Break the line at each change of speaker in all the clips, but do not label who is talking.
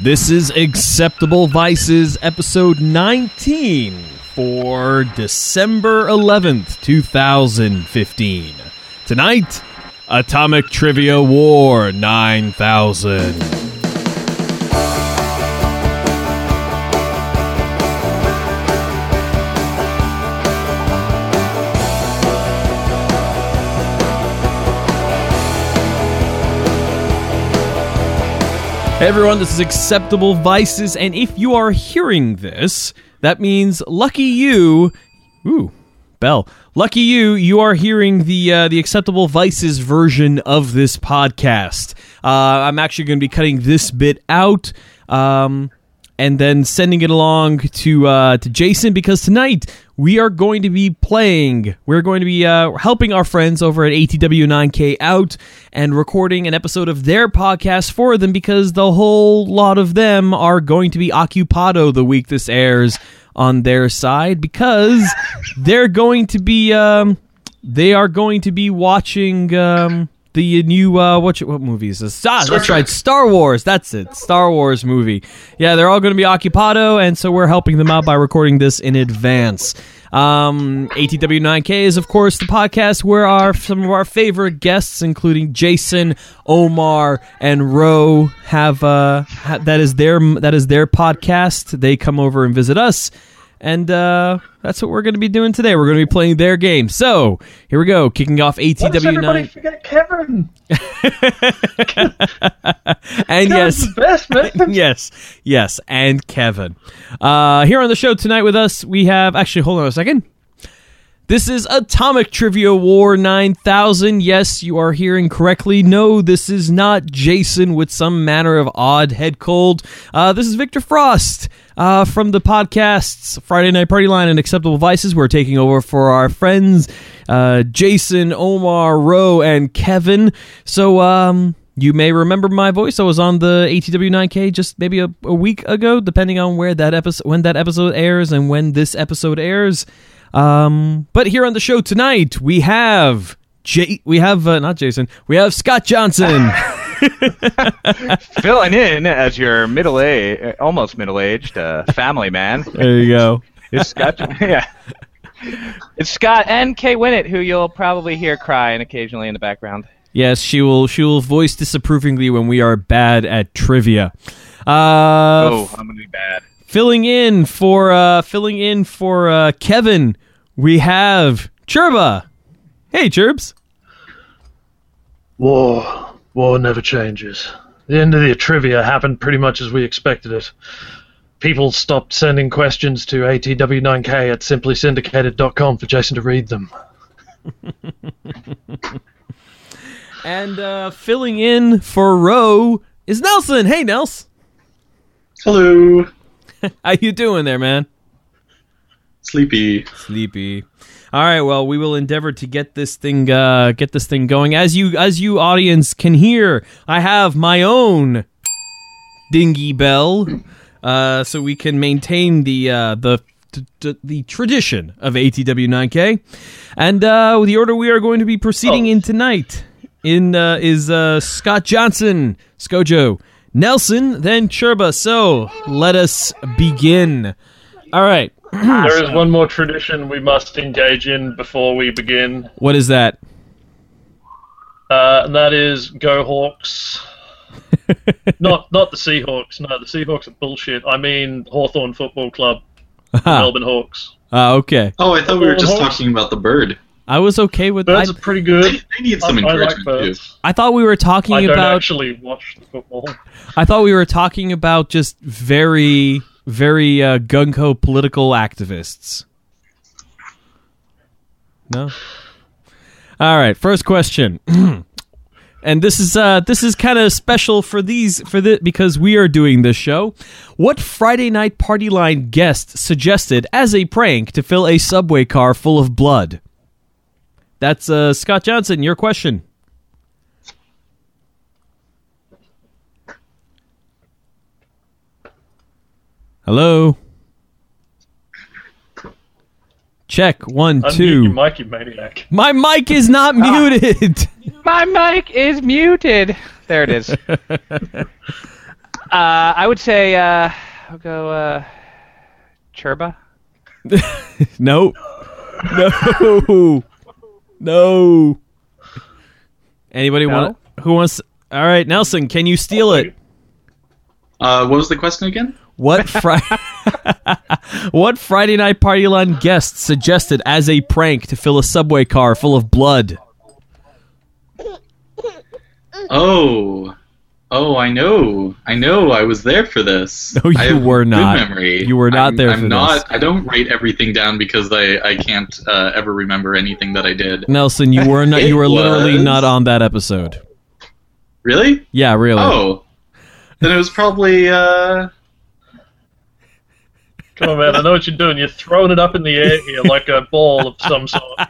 This is Acceptable Vices, episode 19 for December 11th, 2015. Tonight, Atomic Trivia War 9000. Hey everyone, this is Acceptable Vices, and if you are hearing this, that means lucky you. Ooh, bell. Lucky you, you are hearing the uh, the Acceptable Vices version of this podcast. Uh, I'm actually going to be cutting this bit out. Um, and then sending it along to uh, to Jason because tonight we are going to be playing. We're going to be uh, helping our friends over at ATW9K out and recording an episode of their podcast for them because the whole lot of them are going to be occupado the week this airs on their side because they're going to be um, they are going to be watching. Um, the new uh, what what movie is this? Ah, that's right, Star Wars. That's it, Star Wars movie. Yeah, they're all going to be occupado, and so we're helping them out by recording this in advance. Um, ATW9K is of course the podcast where our some of our favorite guests, including Jason, Omar, and Roe, have uh, ha- that is their that is their podcast. They come over and visit us. And uh, that's what we're going to be doing today. We're going to be playing their game. So here we go, kicking off
Why does everybody
ATW9.
forget Kevin?
and
Kevin's
yes,
the best man.
yes, yes, and Kevin. Uh, here on the show tonight with us, we have actually. Hold on a second. This is Atomic Trivia War 9000. Yes, you are hearing correctly. No, this is not Jason with some manner of odd head cold. Uh, this is Victor Frost uh, from the podcasts Friday Night Party Line and Acceptable Vices. We're taking over for our friends uh, Jason, Omar, Roe, and Kevin. So, um, you may remember my voice. I was on the ATW9K just maybe a, a week ago, depending on where that episode, when that episode airs, and when this episode airs. Um, but here on the show tonight, we have J- we have uh, not Jason, we have Scott Johnson.
filling in as your middle age, almost middle aged uh, family man.
there you go.
It's Scott. yeah. It's Scott and Kay Winnett, who you'll probably hear crying occasionally in the background.
Yes, she will. She will voice disapprovingly when we are bad at trivia. Uh,
Oh, I'm gonna be bad.
filling in for uh, filling in for uh, Kevin, we have Chirba. Hey, Cherbs.
War. War never changes. The end of the trivia happened pretty much as we expected it. People stopped sending questions to ATW9K at simplysyndicated.com for Jason to read them.
And uh, filling in for Roe is Nelson. Hey, Nels,
Hello,
how you doing there, man?
sleepy.
Sleepy. All right. Well, we will endeavor to get this thing uh, get this thing going. As you as you audience can hear, I have my own dingy bell, uh, so we can maintain the uh, the. t- t- The tradition of ATW9K, and uh, the order we are going to be proceeding
Oh.
in tonight in uh, is uh, Scott Johnson, Skojo, Nelson, then Chirba. So let us begin. All right,
There is one more tradition we must engage in before we begin,
what is that?
uh, and that is go Hawks. not not the Seahawks. No, the Seahawks are bullshit. I mean Hawthorn Football Club,
Uh-huh.
the Melbourne Hawks.
Uh, okay.
Oh, I thought we were just
Oh, hi.
talking about the bird.
I was okay with I,
Birds are pretty good.
I need
I,
some
I like
encouragement too.
birds.
I thought we were talking
I don't
about
actually watch the football.
I thought we were talking about just very very uh, gung-ho political activists. No. All right, first question. and this is uh this is kind of special for these for the because we are doing this show. What Friday night party line guest suggested as a prank to fill a subway car full of blood? That's uh Scott Johnson, your question. Hello. Check one
Unmute
two.
your mic, you maniac.
My mic is not muted.
My mic is muted. There it is. Uh, I would say uh, I'll go uh, Cherba.
No. No. No. Anybody want who wants All right, Nelson, can you steal it?
Uh, what was the question again?
What Friday What Friday night party line guest suggested as a prank to fill a subway car full of blood?
Oh, oh, I know, I know. I was there for this.
No, you
I have
were
good
not.
memory.
You were not
I'm-
there
I'm
for
not.
this.
I don't write everything down because I I can't uh, ever remember anything that I did.
Nelson, you were not you were
It
literally
was-
not on that episode.
Really?
Yeah, really.
Oh, then it was probably. Uh,
Come on, man. I know what you're doing. You're throwing it up in the air here like a ball of some sort.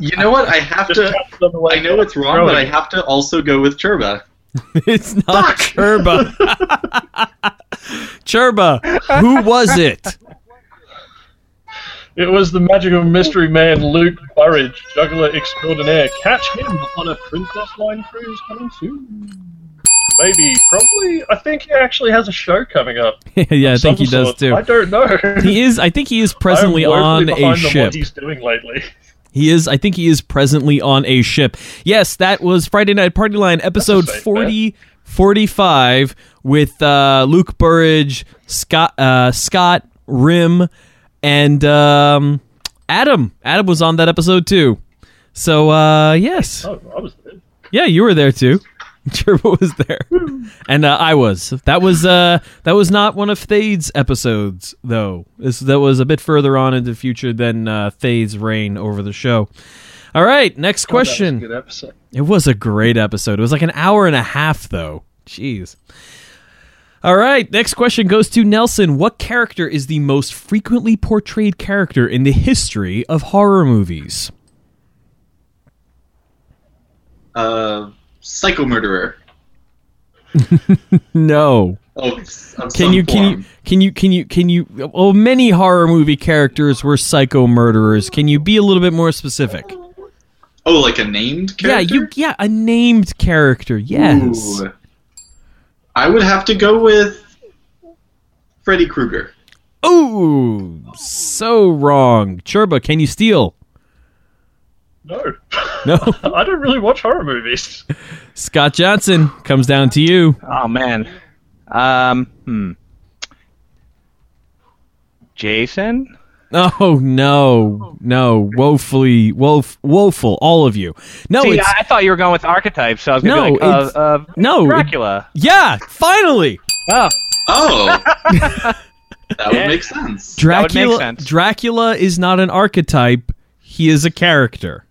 you know what? I have
Just
to.
catch them away.
I know it's wrong,
Throw
but
it.
I have to also go with Cherba.
It's not Cherba. Cherba, who was it?
It was the magical mystery man Luke Burridge, juggler extraordinaire. Catch him on a Princess Line cruise coming soon. Maybe, probably. I think he actually has a show coming up.
yeah, I
of
think he
some
does
sort.
too.
I don't know.
He is. I think he is presently
I'm woefully
on a
behind On
ship.
what he's doing lately.
He is. I think he is presently on a ship. Yes, that was Friday Night Party Line episode
safe bet.
40, 45 with uh, Luke Burridge, Scott, uh, Scott Rim, and um, Adam. Adam was on that episode too. So uh, yes,
Oh, I was there.
yeah, you were there too. Gerba was there, and uh, I was. That was uh, that was not one of Thade's episodes, though. This, that was a bit further on into the future than uh, Thade's reign over the show. All right, next
Oh, That was
question.
a good episode.
It was a great episode. It was like an hour and a half, though. Jeez. All right, next question goes to Nelson. What character is the most frequently portrayed character in the history of horror movies?
Uh, psycho murderer.
No.
Oh, of
Can
some
you can
form.
you can you can you can you? Oh, many horror movie characters were psycho murderers. Can you be a little bit more specific?
Oh, like a named
Yeah,
character.
you yeah a named character. Yes.
Ooh. I would have to go with Freddy Krueger.
Ooh, so wrong. Cherba, can you steal?
No.
No.
I don't really watch horror movies.
Scott Johnson comes down to you.
Oh man. Um. Hmm. Jason.
Oh no, no, woefully, woef, woeful, all of you. No,
See,
it's
I, I thought you were going with archetypes, so I was gonna
No,
be like, uh,
it's-
uh,
no, it-
Dracula.
yeah, finally,
Oh,
Oh, that would
Yeah.
make sense.
would make
Dracula.
sense.
Dracula is not an archetype; he is a character.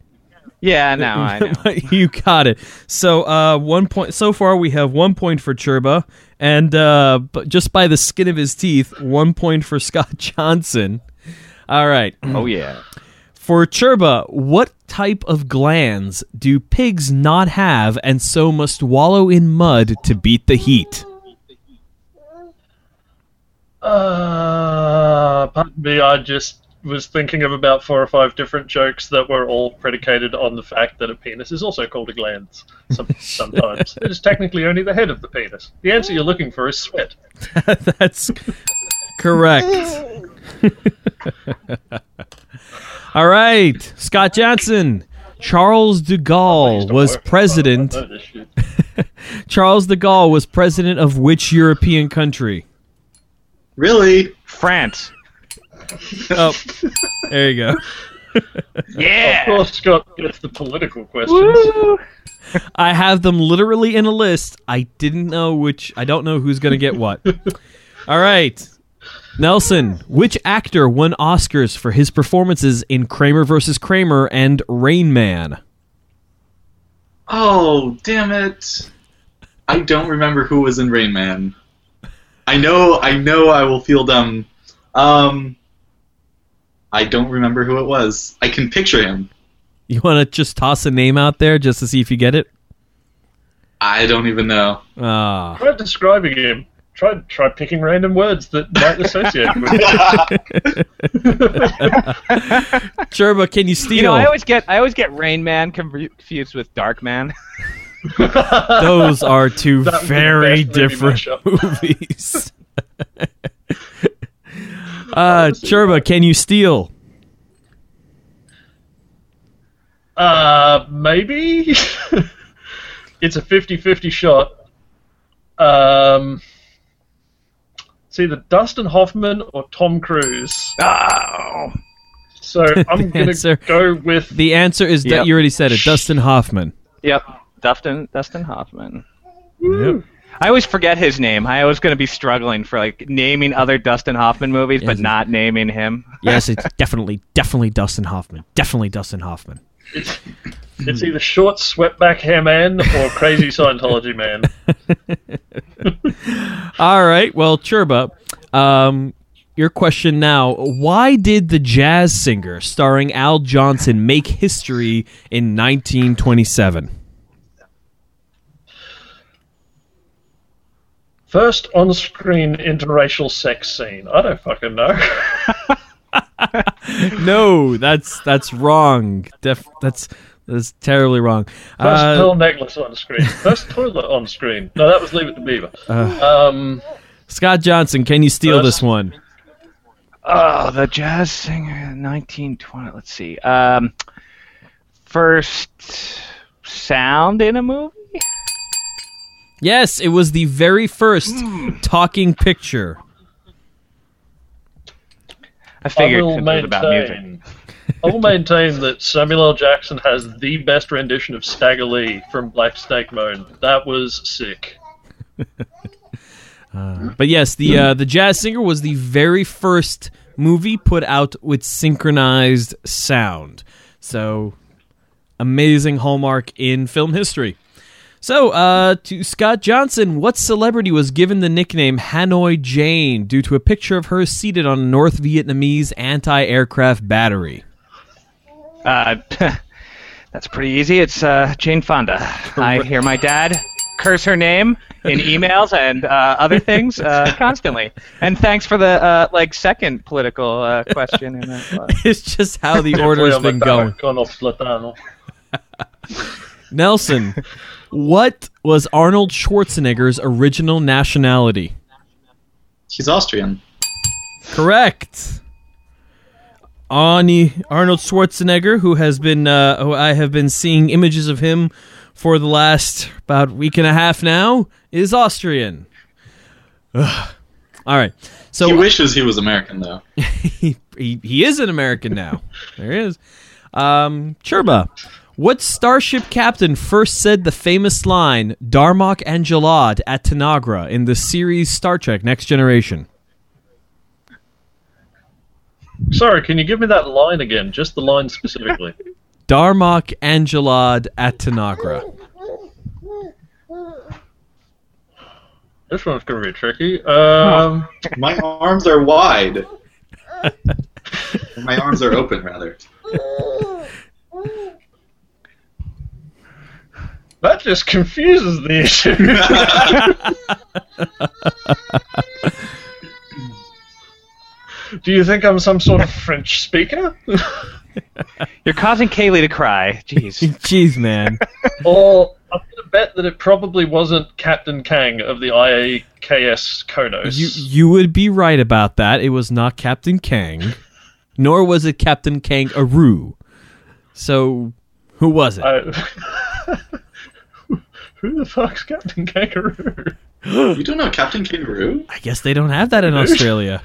yeah. Now I know.
you got it. So uh, one point. So far, we have one point for Cherba, and uh, but just by the skin of his teeth, one point for Scott Johnson. All right,
Oh yeah.
for Cherba, what type of glands do pigs not have, and so must wallow in mud to beat the heat?
Uh, pardon me, I just was thinking of about four or five different jokes that were all predicated on the fact that a penis is also called a gland some, sometimes. it is technically only the head of the penis. The answer you're looking for is sweat.
That's correct. All right, Scott Johnson. Charles de Gaulle was president.
I know Oh, this shit.
Charles de Gaulle was president of which European country?
Really?
France.
Oh, there you go.
Of
Yeah.
course, Scott gets the political questions.
Woo.
I have them literally in a list. I didn't know which. I don't know who's gonna get what. All right, Nelson. Which actor won Oscars for his performances in Kramer versus Kramer and Rain Man?
Oh, damn it! I don't remember who was in Rain Man. I know, I know, I will feel dumb. Um, I don't remember who it was. I can picture him.
You want to just toss a name out there just to see if you get it?
I don't even know.
Ah,
Try describing him. Try, try picking random words that might associate with him.
Cherba, can you steal?
You know, I always get I always get Rain Man confu- confused with Dark Man.
Those are two
That would be the
very
best movie
different
mashup.
movies. uh,
Honestly.
Cherba, can you steal?
Uh, maybe. it's a 50-50 shot. Um, it's either Dustin Hoffman or Tom Cruise.
Oh.
So I'm going
answer-
to go with
The answer is that
Yep.
you already said it. Dustin Hoffman.
Yep. Dustin Dustin Hoffman. I always forget his name. I was going to be struggling for like naming other Dustin Hoffman movies,
Yes.
but not naming him.
yes, it's definitely, definitely Dustin Hoffman. Definitely Dustin Hoffman.
it's either short sweatback hair man or crazy Scientology man.
All right. Well, Cherba, um, your question now. Why did The Jazz Singer, starring Al Johnson, make history in 1927?
First on-screen interracial sex scene. I don't fucking know.
No, that's that's wrong. Def- that's that's terribly wrong.
First
Uh,
pearl necklace on screen. First toilet on screen. No, that was Leave It to Beaver.
uh,
um,
Scott Johnson, can you steal
First-
this one?
Oh, the jazz singer, 1920. Let's see. Um, first sound in a movie.
Yes, it was the very first
Hmm.
talking picture.
I
I
figured
will
it was about music.
maintain. I will maintain that Samuel L. Jackson has the best rendition of Stagger Lee from Black Snake Moan. That was sick.
But yes, the uh, the Jazz Singer was the very first movie put out with synchronized sound. So amazing hallmark in film history. So, uh, to Scott Johnson, what celebrity was given the nickname Hanoi Jane due to a picture of her seated on a North Vietnamese anti-aircraft battery?
Uh, that's pretty easy. It's uh, Jane Fonda. I hear my dad curse her name in emails and uh, other things uh, constantly. And thanks for the uh, like second political uh, question. In that uh,
It's just how the order's been going.
Con of Platano.
Nelson, what was Arnold Schwarzenegger's original nationality?
He's Austrian.
Correct. Arnie Arnold Schwarzenegger, who has been, uh, who I have been seeing images of him for the last about week and a half now, is Austrian. Ugh. All right, so
He wishes he was American, though.
he, he, he is an American now. there he is. Um, Cherba, what starship captain first said the famous line "Darmok and Jalad at Tanagra" in the series Star Trek: Next Generation?
Sorry, can you give me that line again? Just the line specifically.
Darmok and Jalad at Tanagra.
this one's going to be tricky. Um,
My arms are wide. My arms are open, rather.
that just confuses the issue. Do you think I'm some sort of French speaker?
you're causing Kaylee to cry. Jeez.
Jeez, man.
or I'm going to bet that it probably wasn't Captain Kang of the IAKS Konos.
You you would be right about that. It was not Captain Kang, nor was it Captain Kang Aru. So, who was
Uh,
it?
I- Who the fuck's Captain Kangaroo?
You don't know Captain Kangaroo?
I guess they don't have that in Australia.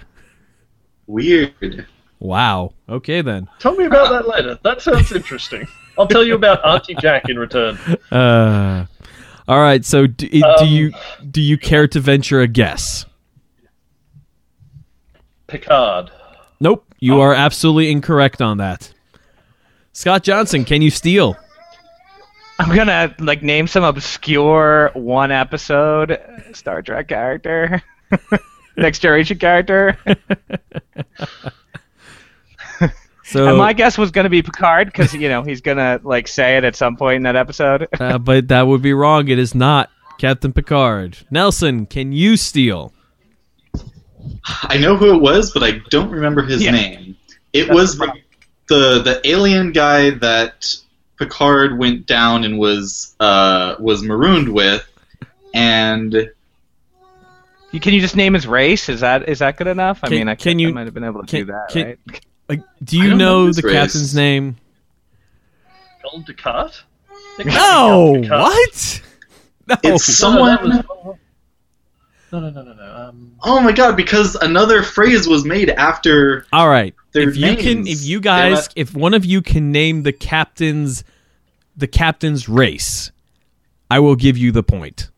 Weird.
Wow. Okay then.
Tell me about that later. That sounds interesting. I'll tell you about Auntie Jack in return.
Uh, all right. So, do, i- do
Um,
you do you care to venture a guess?
Picard.
Nope. You are absolutely incorrect on that. Scott Johnson, can you steal?
I'm gonna like name some obscure one episode Star Trek character, Next Generation character.
So,
And my guess was gonna be Picard because you know he's gonna like say it at some point in that episode.
uh, but that would be wrong. It is not Captain Picard. Nelson, can you steal?
I know who it was, but I don't remember his
Yeah.
name. It
That's
was
the
the, the the alien guy that Picard went down and was uh, was marooned with,
Oh,
and
You- Can you just name his race? Is that is that good enough? I
Can-
mean, I,
can
can
you-
I might have been able to
can-
do that,
can-
right?
Like, do
I
you
don't know
know
this
the
race.
captain's name?
Gold Ducat?
No, Oh, what? No.
it's
Someone.
someone.
No, no, no, no, no. Um,
Oh my god! Because another phrase was made after
All right.
Their
if you can,
names.
if you
Damn
guys,
it.
if one of you can name the captain's, the captain's race, I will give you the point.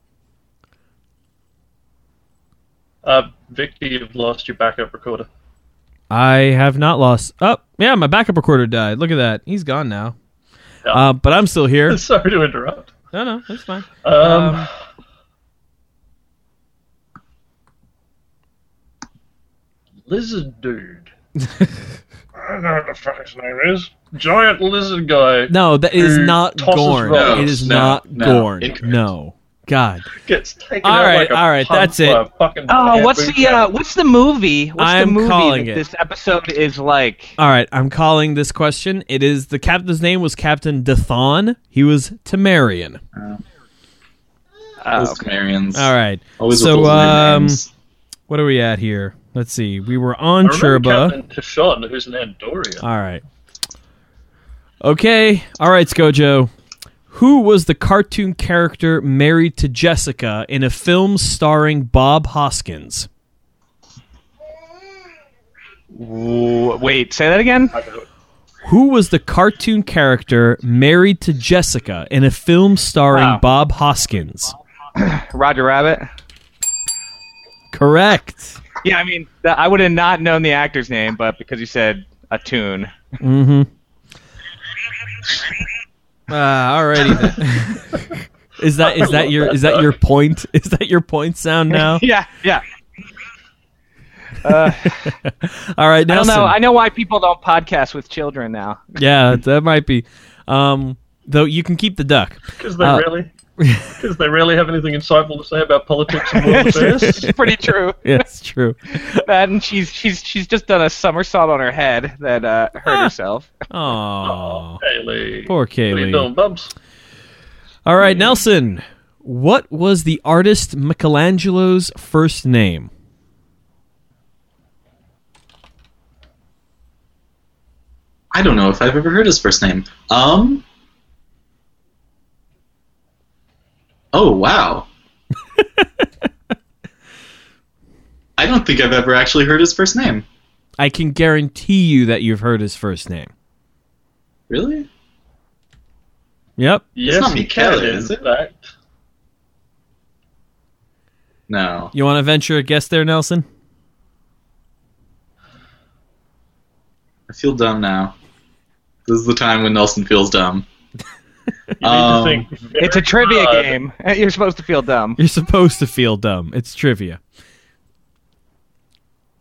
uh, Victor, you've lost your backup recorder.
I have not lost. Oh, yeah, my backup recorder died. Look at that. He's gone now.
Yeah.
Uh, but I'm still here.
Sorry to interrupt.
No, no, that's fine.
Um,
Um,
lizard dude. I don't know what the fuck his name is. Giant lizard guy
No, that is
Who
not
tosses
Gorn.
rocks?
it is
No,
not
no,
Gorn.
incorrect.
No. God.
gets taken
All
out
right,
like a
all right,
punk
that's
by
it.
a fucking
Oh,
bamboo
what's the
cat.
uh, what's the movie? What's
I'm
the movie
calling
that
it.
this episode is like?
All right, I'm calling this question. It is the captain's name was Captain Dathon. He was Temerian.
Uh,
those Sumerians.
Ah, All right.
Always
so
with those weird
um
names.
what are we at here? Let's see. We were on
I remember
Cherba.
Captain Tishon, who's an Andorian.
All right. Okay. All right, Skojo. Who was the cartoon character married to Jessica in a film starring Bob Hoskins?
w- wait, say that again.
I know it.
Who was the cartoon character married to Jessica in a film starring
Wow.
Bob Hoskins?
Roger Rabbit.
Correct.
Yeah, I mean, th- I would have not known the actor's name, but because you said a tune.
Mm-hmm. Ah, alrighty then. is that is that your is that your point? Is that your point sound now?
yeah, yeah. Uh,
All right,
I don't
Nelson.
know. I know why people don't podcast with children now.
yeah, that might be. Um, though you can keep the duck.
Because they
Uh,
really, because they rarely have anything insightful to say about politics and world affairs.
it's pretty true.
Yeah, it's true.
That and she's she's she's just done a somersault on her head that uh, hurt
Ah.
herself.
Oh,
Haley,
poor
what are you
Kaylee.
doing, Bubs?
All right, Nelson. What was the artist Michelangelo's first name?
I don't know if I've ever heard his first name. Um. Oh wow. I don't think I've ever actually heard his first name.
I can guarantee you that you've heard his first name.
Really?
Yep.
Yes,
not
he
Michele,
can.
is
In
it?
fact,
No.
You want to venture a guess there, Nelson?
I feel dumb now. This is the time when Nelson feels dumb.
you
Um,
need to think. very
It's a trivia
hard.
game. Uh, You're supposed to feel dumb.
You're supposed to feel dumb. It's trivia.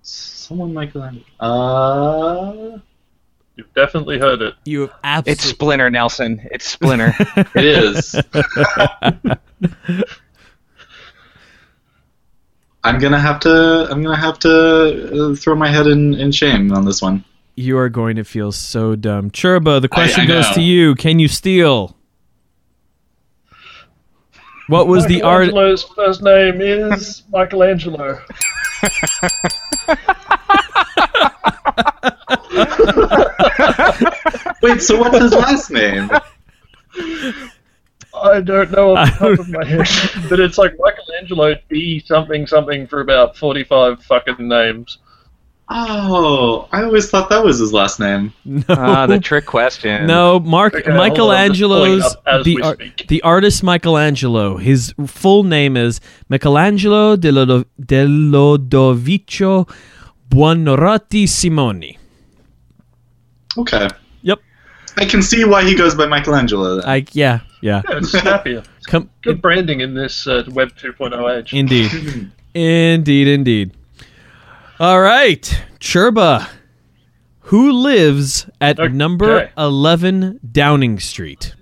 Someone Michelangelo. Uh.
You've definitely heard it.
You have
It's
absolutely.
Splinter, Nelson. It's Splinter.
It is. I'm gonna have to. I'm gonna have to uh, throw my head in, in shame on this one.
You are going to feel so dumb. Cherba, the question
I
goes
know.
to you. Can you steal? What was the art?
Michelangelo's first name is Michelangelo.
Wait, so what's his last name?
I don't know off
I
the top of my head, but it's like Michelangelo D something something for about forty-five fucking names.
Oh, I always thought that was his last name.
No,
Ah, the trick question.
no. Mark
Okay, hold on, I'm just pulling
Michelangelo's
up as
the
we
ar-
speak.
the artist Michelangelo. His full name is Michelangelo de Lodo- de Lodovico Buonorati Simoni.
Okay.
Yep.
I can see why he goes by Michelangelo. Then.
I yeah yeah.
Yeah, it's snappier.
Come
Good branding in this uh, Web 2.0 age.
Indeed. indeed, indeed. All right, Cherba. Who lives at
Okay.
number 11 Downing Street?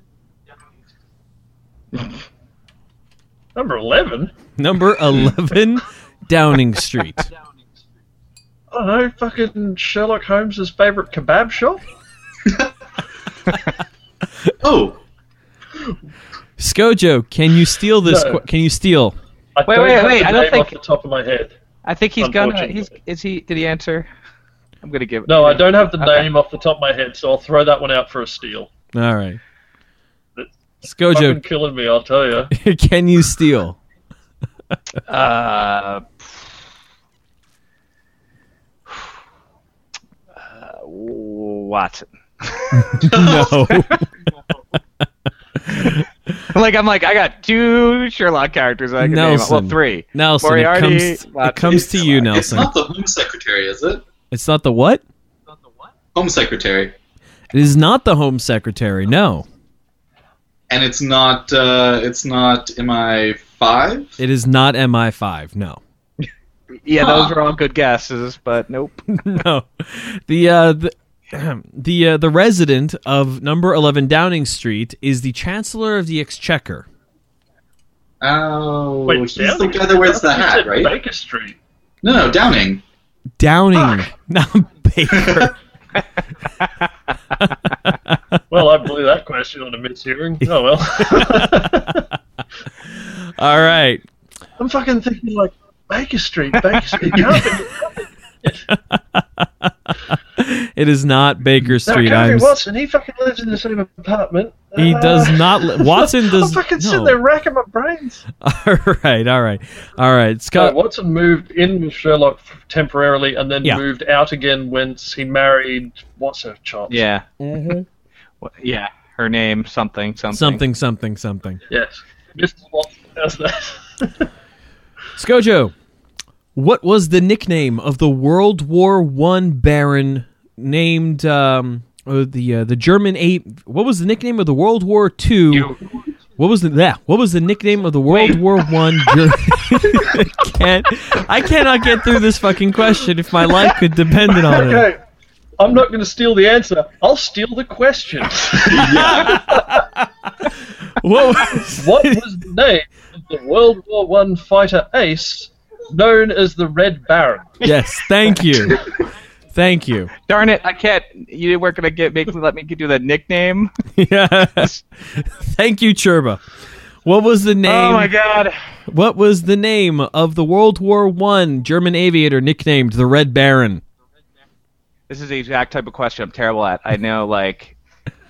Number eleven.
Number 11 Downing Street.
I don't know. Fucking Sherlock Holmes's favorite kebab shop.
Oh,
Skojo, can you steal this?
No.
que- can you steal?
I
Wait,
don't
wait,
have
wait,
the
I don't
name
think-
off the top of my head.
I think he's gonna.
Unfortunately.
He's, is he? Did he answer? I'm gonna give.
No, I don't have the
Okay.
name off the top of my head, so I'll throw that one out for a steal.
All right.
That's Fucking
Skojo,
killing me, I'll tell you.
can you steal?
Uh, uh, Watson.
No.
like I'm like I got two Sherlock characters I can
Nelson.
name. Well, three.
Nelson,
Moriarty,
it comes, it
Watson.
comes to you,
it's
Nelson.
not the Home Secretary, is it?
It's not the what?
Home Secretary,
It is not the Home Secretary. No.
and it's not. Uh, it's not. Am I five?
It is not MI5. No.
Yeah, those
Huh.
were all good guesses, but nope.
no. The uh the the uh, the resident of number 11 Downing Street is the Chancellor of the Exchequer.
Oh,
Wait,
he's
Downing?
the guy that wears the
You
hat,
said
right?
Baker Street.
No, no, Downing.
Downing,
Ah.
not Baker.
Well, I blew that question on a mishearing. Oh well.
All right.
I'm fucking thinking like Baker Street, Baker Street. Can't be,
It is not Baker
no,
Street.
Gary
I'm s-
Watson. He fucking lives in the same apartment.
he
Uh,
does not li- Watson does
I'm fucking
no.
sitting there racking my brains.
All right, all right. All right.
Uh,
Scott
Watson moved in with Sherlock f- temporarily, and then
Yeah.
moved out again once he married what's her child.
Yeah. Wha- Yeah. Her name, something, something.
Mm-hmm. something something something.
Yes. Mr. Watson does that.
Skojo, what was the nickname of the World War One Baron named um, uh, the uh, the German eight? What was the nickname of the World War Two? What was the yeah, What was the nickname of the World War One? Ger- can't, I cannot get through this fucking question if my life could depend on it.
Okay. I'm not going to steal the answer. I'll steal the question.
What was,
what was the name of the World War One fighter ace known as the Red Baron?
yes, thank you, thank you.
Darn it! I can't. You weren't gonna get make let me do the nickname.
Yes, thank you, Cherba. What was the name?
Oh my god!
What was the name of the World War One German aviator nicknamed the Red Baron?
This is the exact type of question I'm terrible at. I know, like,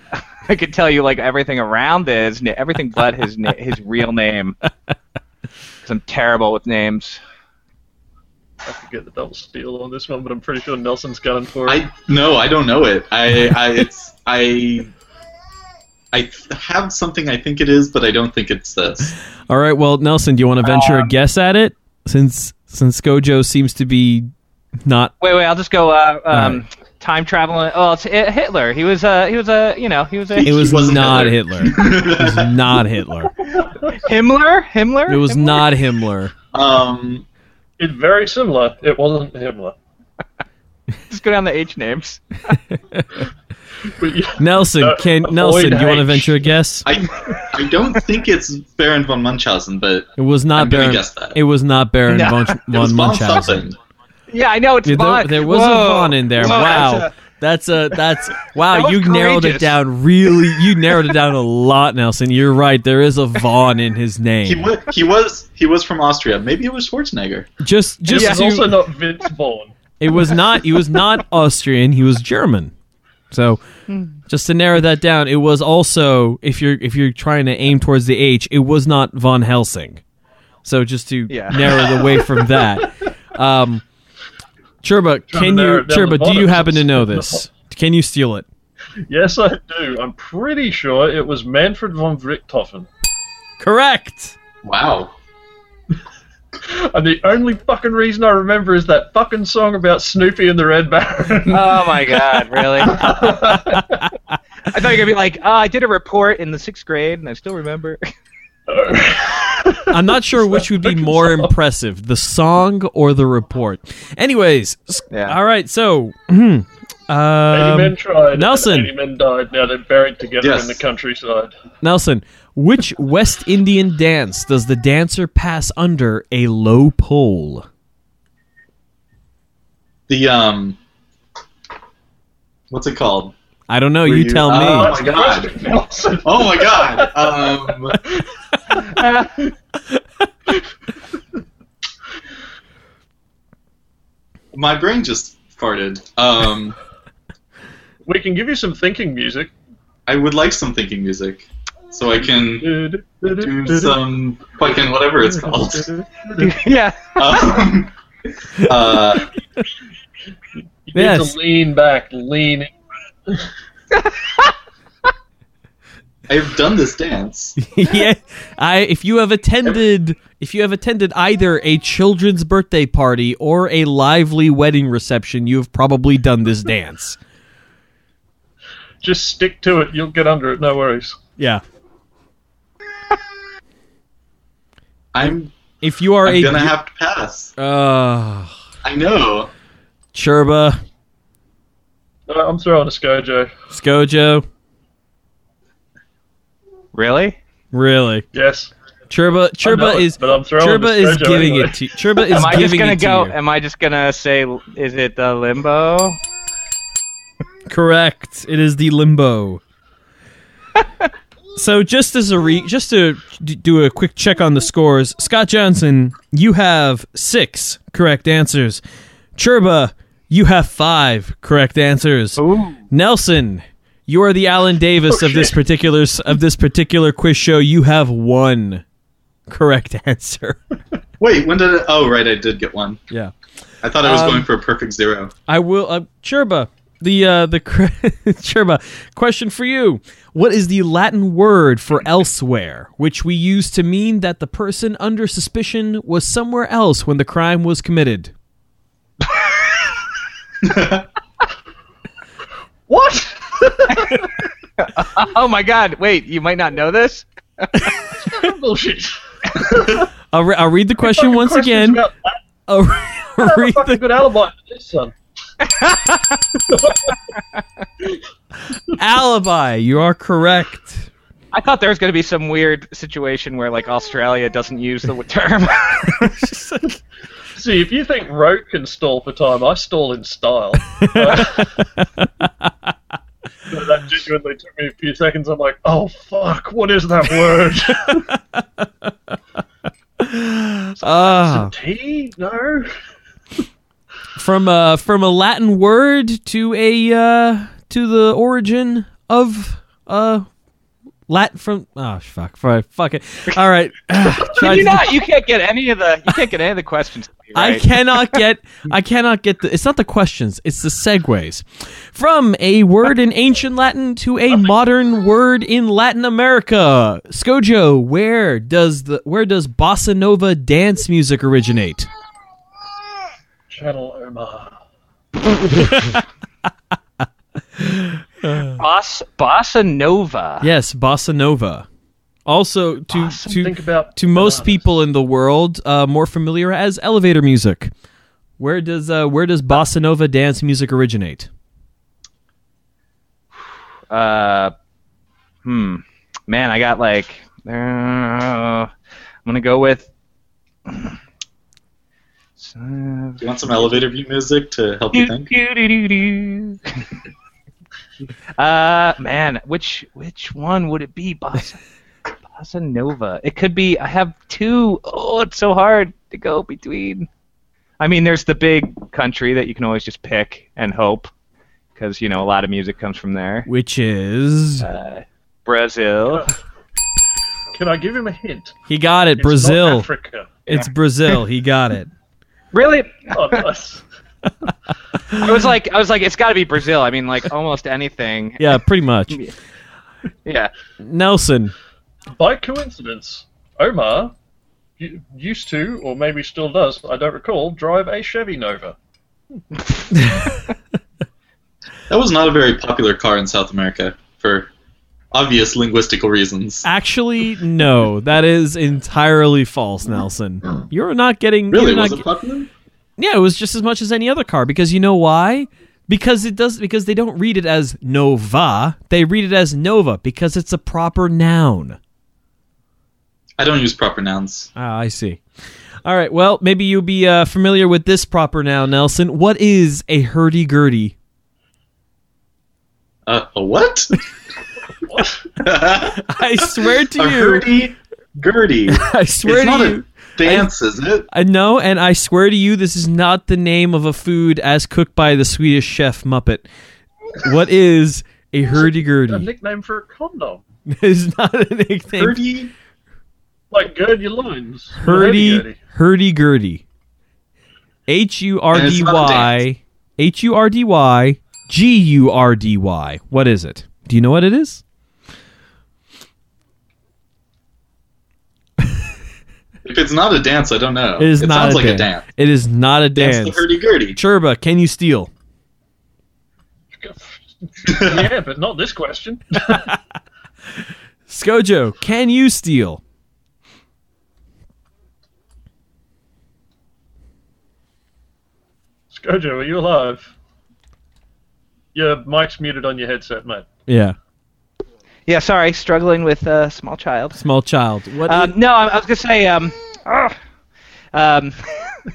I could tell you like everything around his na- everything but his na- his real name. 'Cause I'm terrible with names.
I could get the double steal on this one, but I'm pretty sure Nelson's going for it.
I no, I don't know it. I, I it's I. I have something I think it is, but I don't think it's this.
All right, well, Nelson, do you want to venture a guess at it? Since since Gojo seems to be not
Wait, wait. I'll just go. Uh, um,
All
Time traveling. Oh, it's uh, Hitler. He was a. He was a. You know. He was a.
it was
wasn't
not Hitler.
Hitler.
it was not Hitler.
Himmler. Himmler.
It was
Himmler?
not Himmler.
Um,
It's very similar. It wasn't Himmler.
Just go down the H names.
But yeah,
Nelson,
Uh,
can
avoid
Nelson, do you want to
H.
venture a guess?
I I don't think it's Baron von Munchausen, but
It was not
I'm gonna
Baron.
guess that.
It was not Baron
No.
von,
it was
von
von
Munchausen.
something.
Yeah, I know it's
Yeah, there,
Vaughn.
there was a
Whoa.
Vaughn in there.
Whoa,
wow.
that's
That's a that's wow,
That was
you narrowed it
courageous.
down really you narrowed it down a lot, Nelson. You're right. There is a Vaughn in his
He
name.
was he was he was from Austria. Maybe it was Schwarzenegger.
Just
This
just
is
to-
also not Vince Vaughn.
it was not he was not Austrian, he was German. So
Hmm.
just to narrow that down, it was also if you're if you're trying to aim towards the H, it was not Von Helsing. So just to
Yeah.
narrow it away from that. Um Cherba, can you
narrow it down to
Cherba, do you
Vaughn.
happen to know this? Can you steal it?
Yes, I do. I'm pretty sure it was Manfred von Richthofen.
Correct.
Wow.
And the only fucking reason I remember is that fucking song about Snoopy and the Red Baron.
Oh my god, really? I thought you were gonna be like, oh, I did a report in the sixth grade, and I still remember.
I'm not sure which would be more impressive, the song or the report. Anyways, s-
Yeah.
all right. So, uh,
Eighty
um,
men tried. and
Nelson.
Eighty men died. Now they're buried together
Yes.
in the countryside.
Nelson, which West Indian dance does the dancer pass under a low pole?
The um, what's it called?
I don't know.
Were
You
you-
tell
Oh,
me.
my God.
Nelson.
Oh my god. Um, my brain just farted. Um,
We can give you some thinking music.
I would like some thinking music, so I can do
Do
some fucking whatever it's called.
You
yeah.
Um, uh,
need
Yes.
to lean back, lean.
I've done this dance.
yeah, I if you have attended if you have attended either a children's birthday party or a lively wedding reception, you have probably done this dance.
Just stick to it. You'll get under it. No worries.
Yeah.
I'm,
If you are
I'm
a
gonna have to pass.
uh,
I know.
Cherba,
Uh, I'm throwing a Skojo.
Skojo,
Really?
really.
Yes.
Cherba
I know
Cherba
it,
is
but I'm throwing
Cherba
a
is
Skojo
giving
anyway.
it to Cherba is
am I just
giving
gonna
it to
go?
you.
Am I just gonna say? Is it the limbo?
Correct. It is the limbo. so just as a re, just to d- do a quick check on the scores, Scott Johnson, you have six correct answers. Cherba, you have five correct answers.
Ooh.
Nelson, you are the Alan Davis of this particular s- of this particular quiz show. You have one correct answer.
Wait, when did? I, oh, right, I did get one.
yeah.
I thought I was
Um,
going for a perfect zero.
I will. Uh, Cherba, the uh, the cr- Cherba question for you: What is the Latin word for elsewhere, which we use to mean that the person under suspicion was somewhere else when the crime was committed?
What?
Oh my God! Wait, you might not know this.
Bullshit.
I'll, re- I'll read the question
Fucking
once
questions
again.
about- I
I'll re-
have a
read
fucking
the,
good alibi for this son.
alibi. You are correct.
I thought there was gonna be some weird situation where like Australia doesn't use the term.
Just like-
See, if you think Roke can stall for time, I stall in style. Uh, that genuinely took me a few seconds. I'm like, oh fuck, what is that word?
Ah.
T? No.
from a from a Latin word to a uh, to the origin of uh lat from oh fuck fuck, fuck it all right
Can you not? You can't get any of the. You can't get any of the questions. Right?
I cannot get I cannot get the it's not the questions it's the segues from a word in ancient Latin to a modern word in Latin America Scojo where does the where does bossa nova dance music originate
Channel Omar.
Boss, bossa nova.
yes bossa nova also to to
Think about
to most people in the world uh, more familiar as elevator music. Where does uh, where does bossa nova dance music originate?
Uh, hmm. Man, I got like. Uh, I'm gonna go with.
Do you want some elevator view music to help you think?
uh, man, which which one would it be, bossa? Bossa nova. It could be. I have two. Oh, it's so hard to go between. I mean, there's the big country that you can always just pick and hope, because you know a lot of music comes from there. Uh,
Which is
Brazil.
Can I give him a hint?
he got it.
It's Not
Brazil.
Africa.
It's Brazil. He got it.
Really?
Oh, nice.
I was like, I was like, it's got to be Brazil. I mean, like almost anything.
Yeah, pretty much.
Yeah.
Nelson.
By coincidence, Omar u- used to, or maybe still does, I don't recall, drive a Chevy Nova.
That was not a very popular car in South America for obvious linguistical reasons.
Actually, no. That is entirely false, Nelson. You're not getting.
Really,
You're not
was
ge-
it popular?
Yeah, it was just as much as any other car because you know why? Because it does because they don't read it as Nova. They read it as Nova because it's a proper noun.
I don't use proper nouns.
Ah, I see. All right. Well, maybe you'll be uh, familiar with this proper now, Nelson. What is a hurdy-gurdy?
Uh, a what? a
I swear to you.
hurdy gurdy.
I swear
It's not
to
a
you.
dance, is it?
I know, and I swear to you, this is not the name of a food as cooked by the Swedish chef Muppet. What is a
A
hurdy-gurdy?
nickname for a condom.
It's not a nickname.
Hurdy.
Like gird your loins.
Hurdy
Hurdy-gurdy.
hurdy gurdy. H U R D Y H U R D Y G U R D Y. What is it? Do you know what it is?
If it's not a dance, I don't know.
It is not
sounds
a,
like
dance.
a dance.
It is not a
Dance
dance.
the hurdy gurdy.
Cherba, can you steal?
yeah, but not this question.
Skojo, can you steal?
Skojo, are you alive? Your mic's muted on your headset, mate.
Yeah.
Yeah, sorry, struggling with a uh, small child.
Small child. What
Um, no, I, I was gonna say. Um, ugh. um,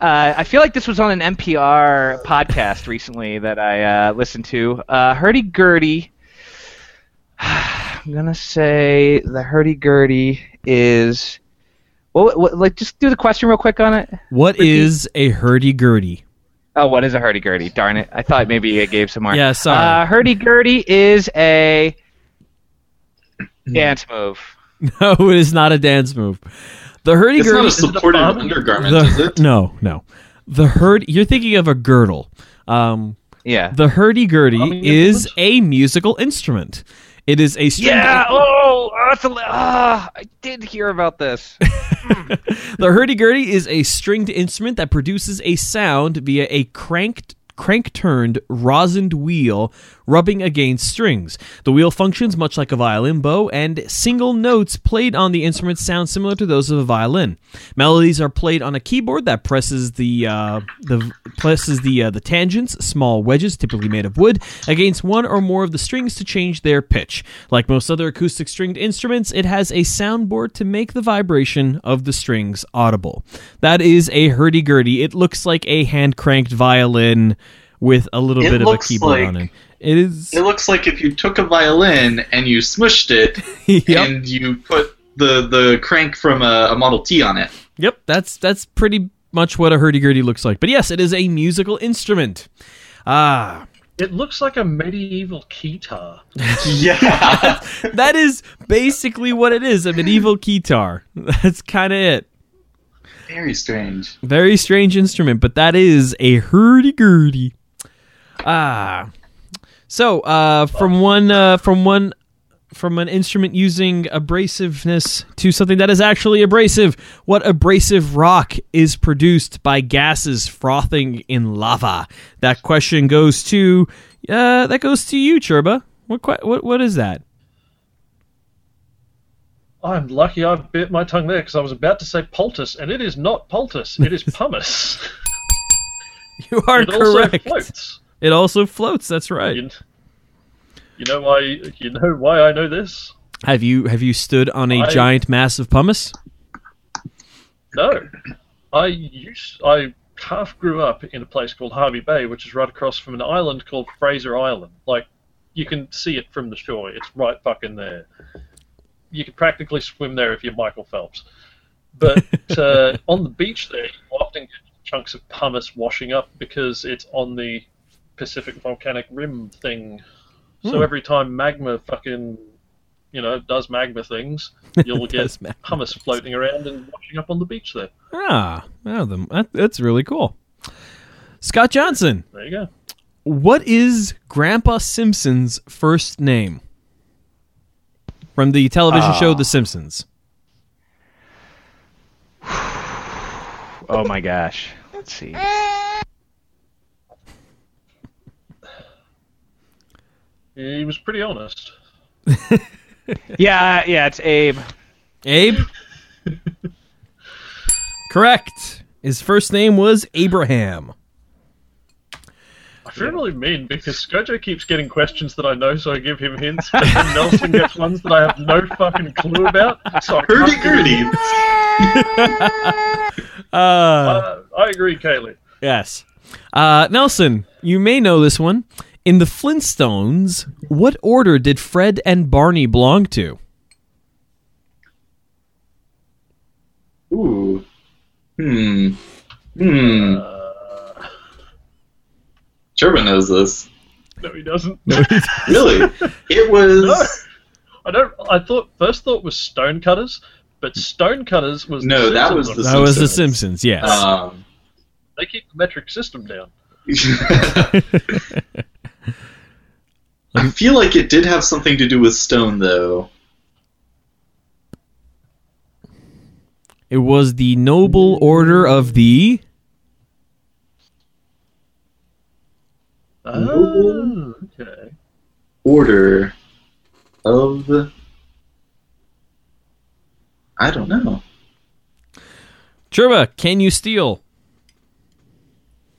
uh, I feel like this was on an NPR podcast recently that I uh, listened to. Uh, hurdy gurdy. I'm gonna say the hurdy gurdy is. Well, what, like just do the question real quick on it.
what is a hurdy gurdy?
Oh, what is a hurdy gurdy? Darn it! I thought maybe I gave some more.
Yeah, sorry.
Uh, hurdy gurdy is a
Hmm.
dance move.
No, it is not a dance move. The hurdy
It's not a
gurdy.
supportive
bob?
undergarment, is
The,
it?
no, no. The hurdy. You're thinking of a girdle. Um,
Yeah.
The hurdy
Drumming
gurdy is
instrument?
a musical instrument. It is a string.
Yeah. Oh, oh, that's a, li- ah, I did hear about this.
The hurdy gurdy is a stringed instrument that produces a sound via a cranked crank turned rosined wheel rubbing against strings. The wheel functions much like a violin bow, and single notes played on the instrument sound similar to those of a violin. Melodies are played on a keyboard that presses the uh, the presses the uh, the tangents, small wedges typically made of wood, against one or more of the strings to change their pitch. Like most other acoustic stringed instruments, it has a soundboard to make the vibration of the strings audible. That is a hurdy gurdy. It looks like a hand cranked violin with a little
It
bit of a
looks
keyboard
like-
on it. It is.
It looks like if you took a violin and you smushed it,
yep.
and you put the the crank from a, a Model T on it.
Yep, that's that's pretty much what a hurdy gurdy looks like. But yes, it is a musical instrument. Ah,
It looks like a medieval keytar.
Yeah.
that is basically what it is—a medieval guitar. That's kind of it.
Very strange.
Very strange instrument, but that is a hurdy gurdy. Ah, so uh, from one uh, from one from an instrument using abrasiveness to something that is actually abrasive. What abrasive rock is produced by gases frothing in lava? That question goes to uh, that goes to you, Cherba. What que- what what is that?
I'm lucky I bit my tongue there because I was about to say poultice, and it is not poultice. It is pumice.
You are
it also
correct.
floats.
It also floats. That's right.
You, you know why? You know why I know this?
Have you have you stood on a
I-
giant mass of pumice?
No, I used I half grew up in a place called Harvey Bay, which is right across from an island called Fraser Island. Like you can see it from the shore; it's right fucking there. You could practically swim there if you're Michael Phelps. But uh, on the beach there, you often get chunks of pumice washing up because it's on the Pacific volcanic rim thing. So
Hmm.
every time magma fucking, you know, does magma things, you'll get
Does magma
pumice floating around and washing up on the beach there.
Ah, wow, the- that, that's really cool. Scott Johnson,
There you go.
what is Grandpa Simpson's first name? From the television
Ah.
show The Simpsons.
Oh my gosh. Let's see.
He was pretty honest.
Yeah, yeah, it's Abe.
Abe? Correct. His first name was Abraham.
I feel really mean because Skojo keeps getting questions that I know, so I give him hints, but then Nelson gets ones that I have no fucking clue about. So I can't give
Hurdy
him-
gurdy.
Uh,
Uh, I agree, Kaylee.
yes. Uh, Nelson, you may know this one. In the Flintstones, what order did Fred and Barney belong to?
Ooh. Hmm. Hmm. Sherman knows this.
No, he doesn't.
Really? it was.
No. I don't. I thought first thought was stonecutters, but stonecutters was
No,
the
that
Simpsons
was
one.
That was The
Simpsons.
Simpsons, yes.
Um,
They keep the metric system down.
um, I feel like it did have something to do with stone, though.
it was the Noble Order of the.
Uh.
Oh, okay.
Order of. I don't know.
Chirba, can you steal?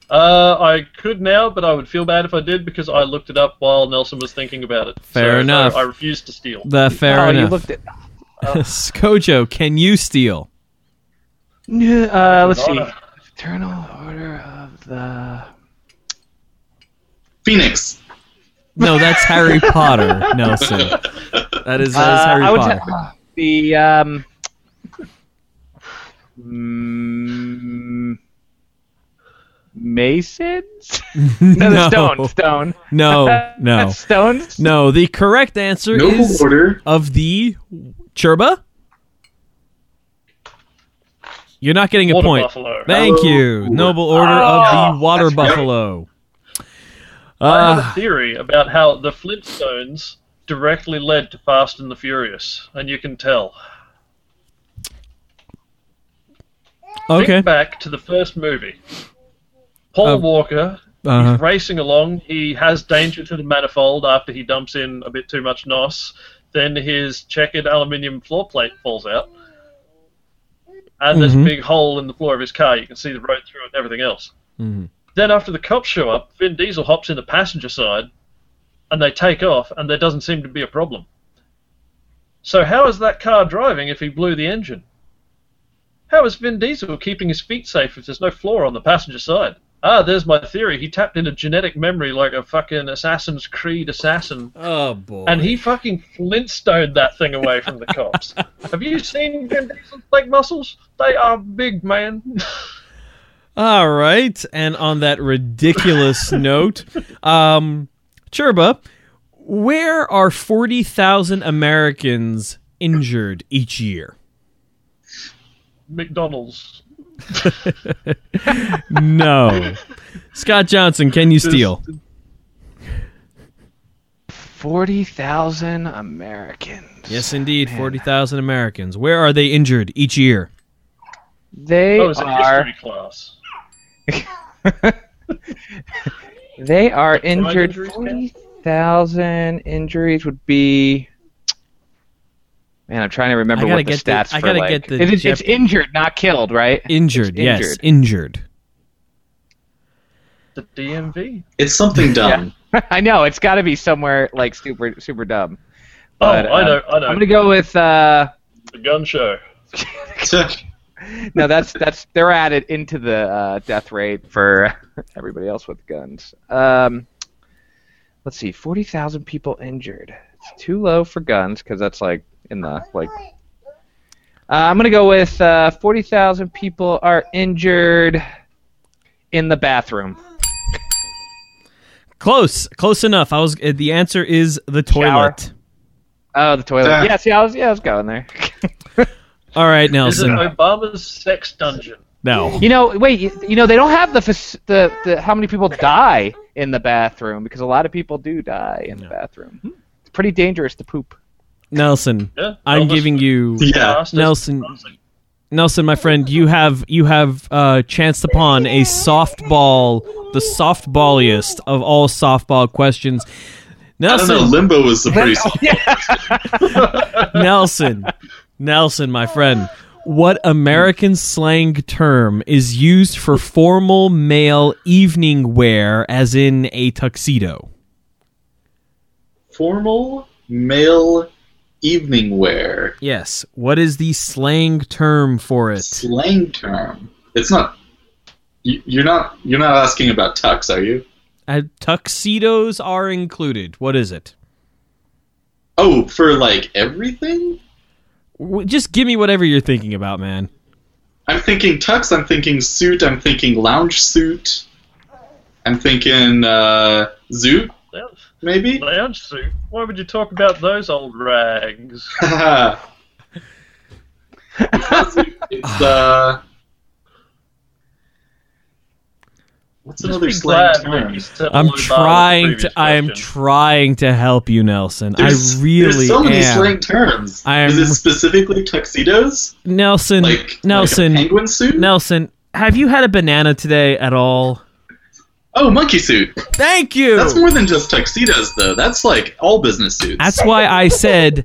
Uh, I could now, but I would feel bad if I did because I looked it up while Nelson was thinking about it.
Fair
So
enough.
I, I refuse to steal.
The fair
oh, you uh,
enough.
looked at.
Skojo, can you steal?
No, Uh, let's see.
Nana.
Eternal Order of the.
Phoenix.
No, that's Harry Potter, Nelson. That is, that is
Uh,
Harry
I would
Potter.
say- uh, the um. mm, Masons? No, the stone. Stone.
No, no.
That's stones.
No, the correct answer
Noble
is
Order.
of the Chirba. You're not getting a
Water
point.
buffalo. Ah,
Thank
Oh.
you. Noble Order of the Water Buffalo.
I have
Uh,
a theory about how the Flintstones directly led to Fast and the Furious, and you can tell.
okay.
Think back to the first movie. Paul
Um,
Walker
Uh-huh.
He's racing along. He has danger to the manifold after he dumps in a bit too much nos. Then his checkered aluminium floor plate falls out. And there's a
Mhm.
big hole in the floor of his car. You can see the road through it and everything else.
Mhm.
Then, after the cops show up, Vin Diesel hops in the passenger side and they take off, and there doesn't seem to be a problem. So, how is that car driving if he blew the engine? How is Vin Diesel keeping his feet safe if there's no floor on the passenger side? Ah, there's my theory. He tapped into genetic memory like a fucking Assassin's Creed assassin,
Oh boy.
and he fucking flintstoned that thing away from the cops. Have you seen Vin Diesel's leg muscles? They are big, man.
All right, and on that ridiculous note, um, Chirba, where are forty thousand Americans injured each year?
McDonald's.
No. Scott Johnson, can you steal?
Forty thousand Americans.
Yes, indeed, forty thousand Americans. Where are they injured each year?
They
That was a
are.
Oh, history class.
They are injured.
injuries count?
Forty thousand injuries would be. Man, I'm trying to remember
I gotta
what the
get the-
stats
I
for,
gotta
like-
get the
It is- it's
Jap-
injured, not killed, right?
Injured,
It's
yes, injured.
The DMV.
It's something dumb.
I know it's got to be somewhere like super super dumb.
oh,
uh,
I know, I know.
am gonna go with. Uh,
The gun show.
no, that's that's they're added into the uh, death rate for everybody else with guns. Um, let's see, forty thousand people injured. It's too low for guns because that's like in the like. Uh, I'm gonna go with uh, forty thousand people are injured in the bathroom.
Close, close enough. I was. uh, The answer is the
Shower.
toilet.
Oh, the toilet.
Ah.
Yeah, see, I was yeah, I was going there.
All right,
This is
Nelson.
Obama's sex dungeon.
No.
You know, wait. You, you know, they don't have the, fac- the the how many people die in the bathroom because a lot of people do die in the bathroom. It's pretty dangerous to poop.
Nelson,
Yeah.
I'm
Elvis
giving you
yeah.
Fastest
Nelson.
crossing.
Nelson, my friend, you have you have uh, chanced upon a softball, the softballiest of all softball questions.
I don't know.
Nelson,
Limbo was the pretty. soft-
Nelson, Nelson, my friend. What American slang term is used for formal male evening wear, as in a tuxedo?
Formal male evening wear.
Yes. What is the slang term for it?
Slang term. It's not. you- You're not. You're not asking about tux, are you?
Uh, tuxedos are included. What is it?
Oh, for like everything?
W- Just give me whatever you're thinking about, man.
I'm thinking tux, I'm thinking suit, I'm thinking lounge suit, I'm thinking uh, zoot, maybe?
Lounge suit? Why would you talk about those old rags?
it's not zoot, it's, uh. What's
Just
another
be
slang
glad that
term?
you settled
I'm
low bar on the
trying
previous
to. I am
question.
trying to help you, Nelson.
There's,
I really
there's so many
am.
slang terms.
I am-
Is it specifically tuxedos?
Nelson,
Like
Nelson,
like a penguin suit?
Nelson. Have you had a banana today at all?
Oh, monkey suit.
Thank you.
That's more than just tuxedos, though. That's like all business suits.
That's why I said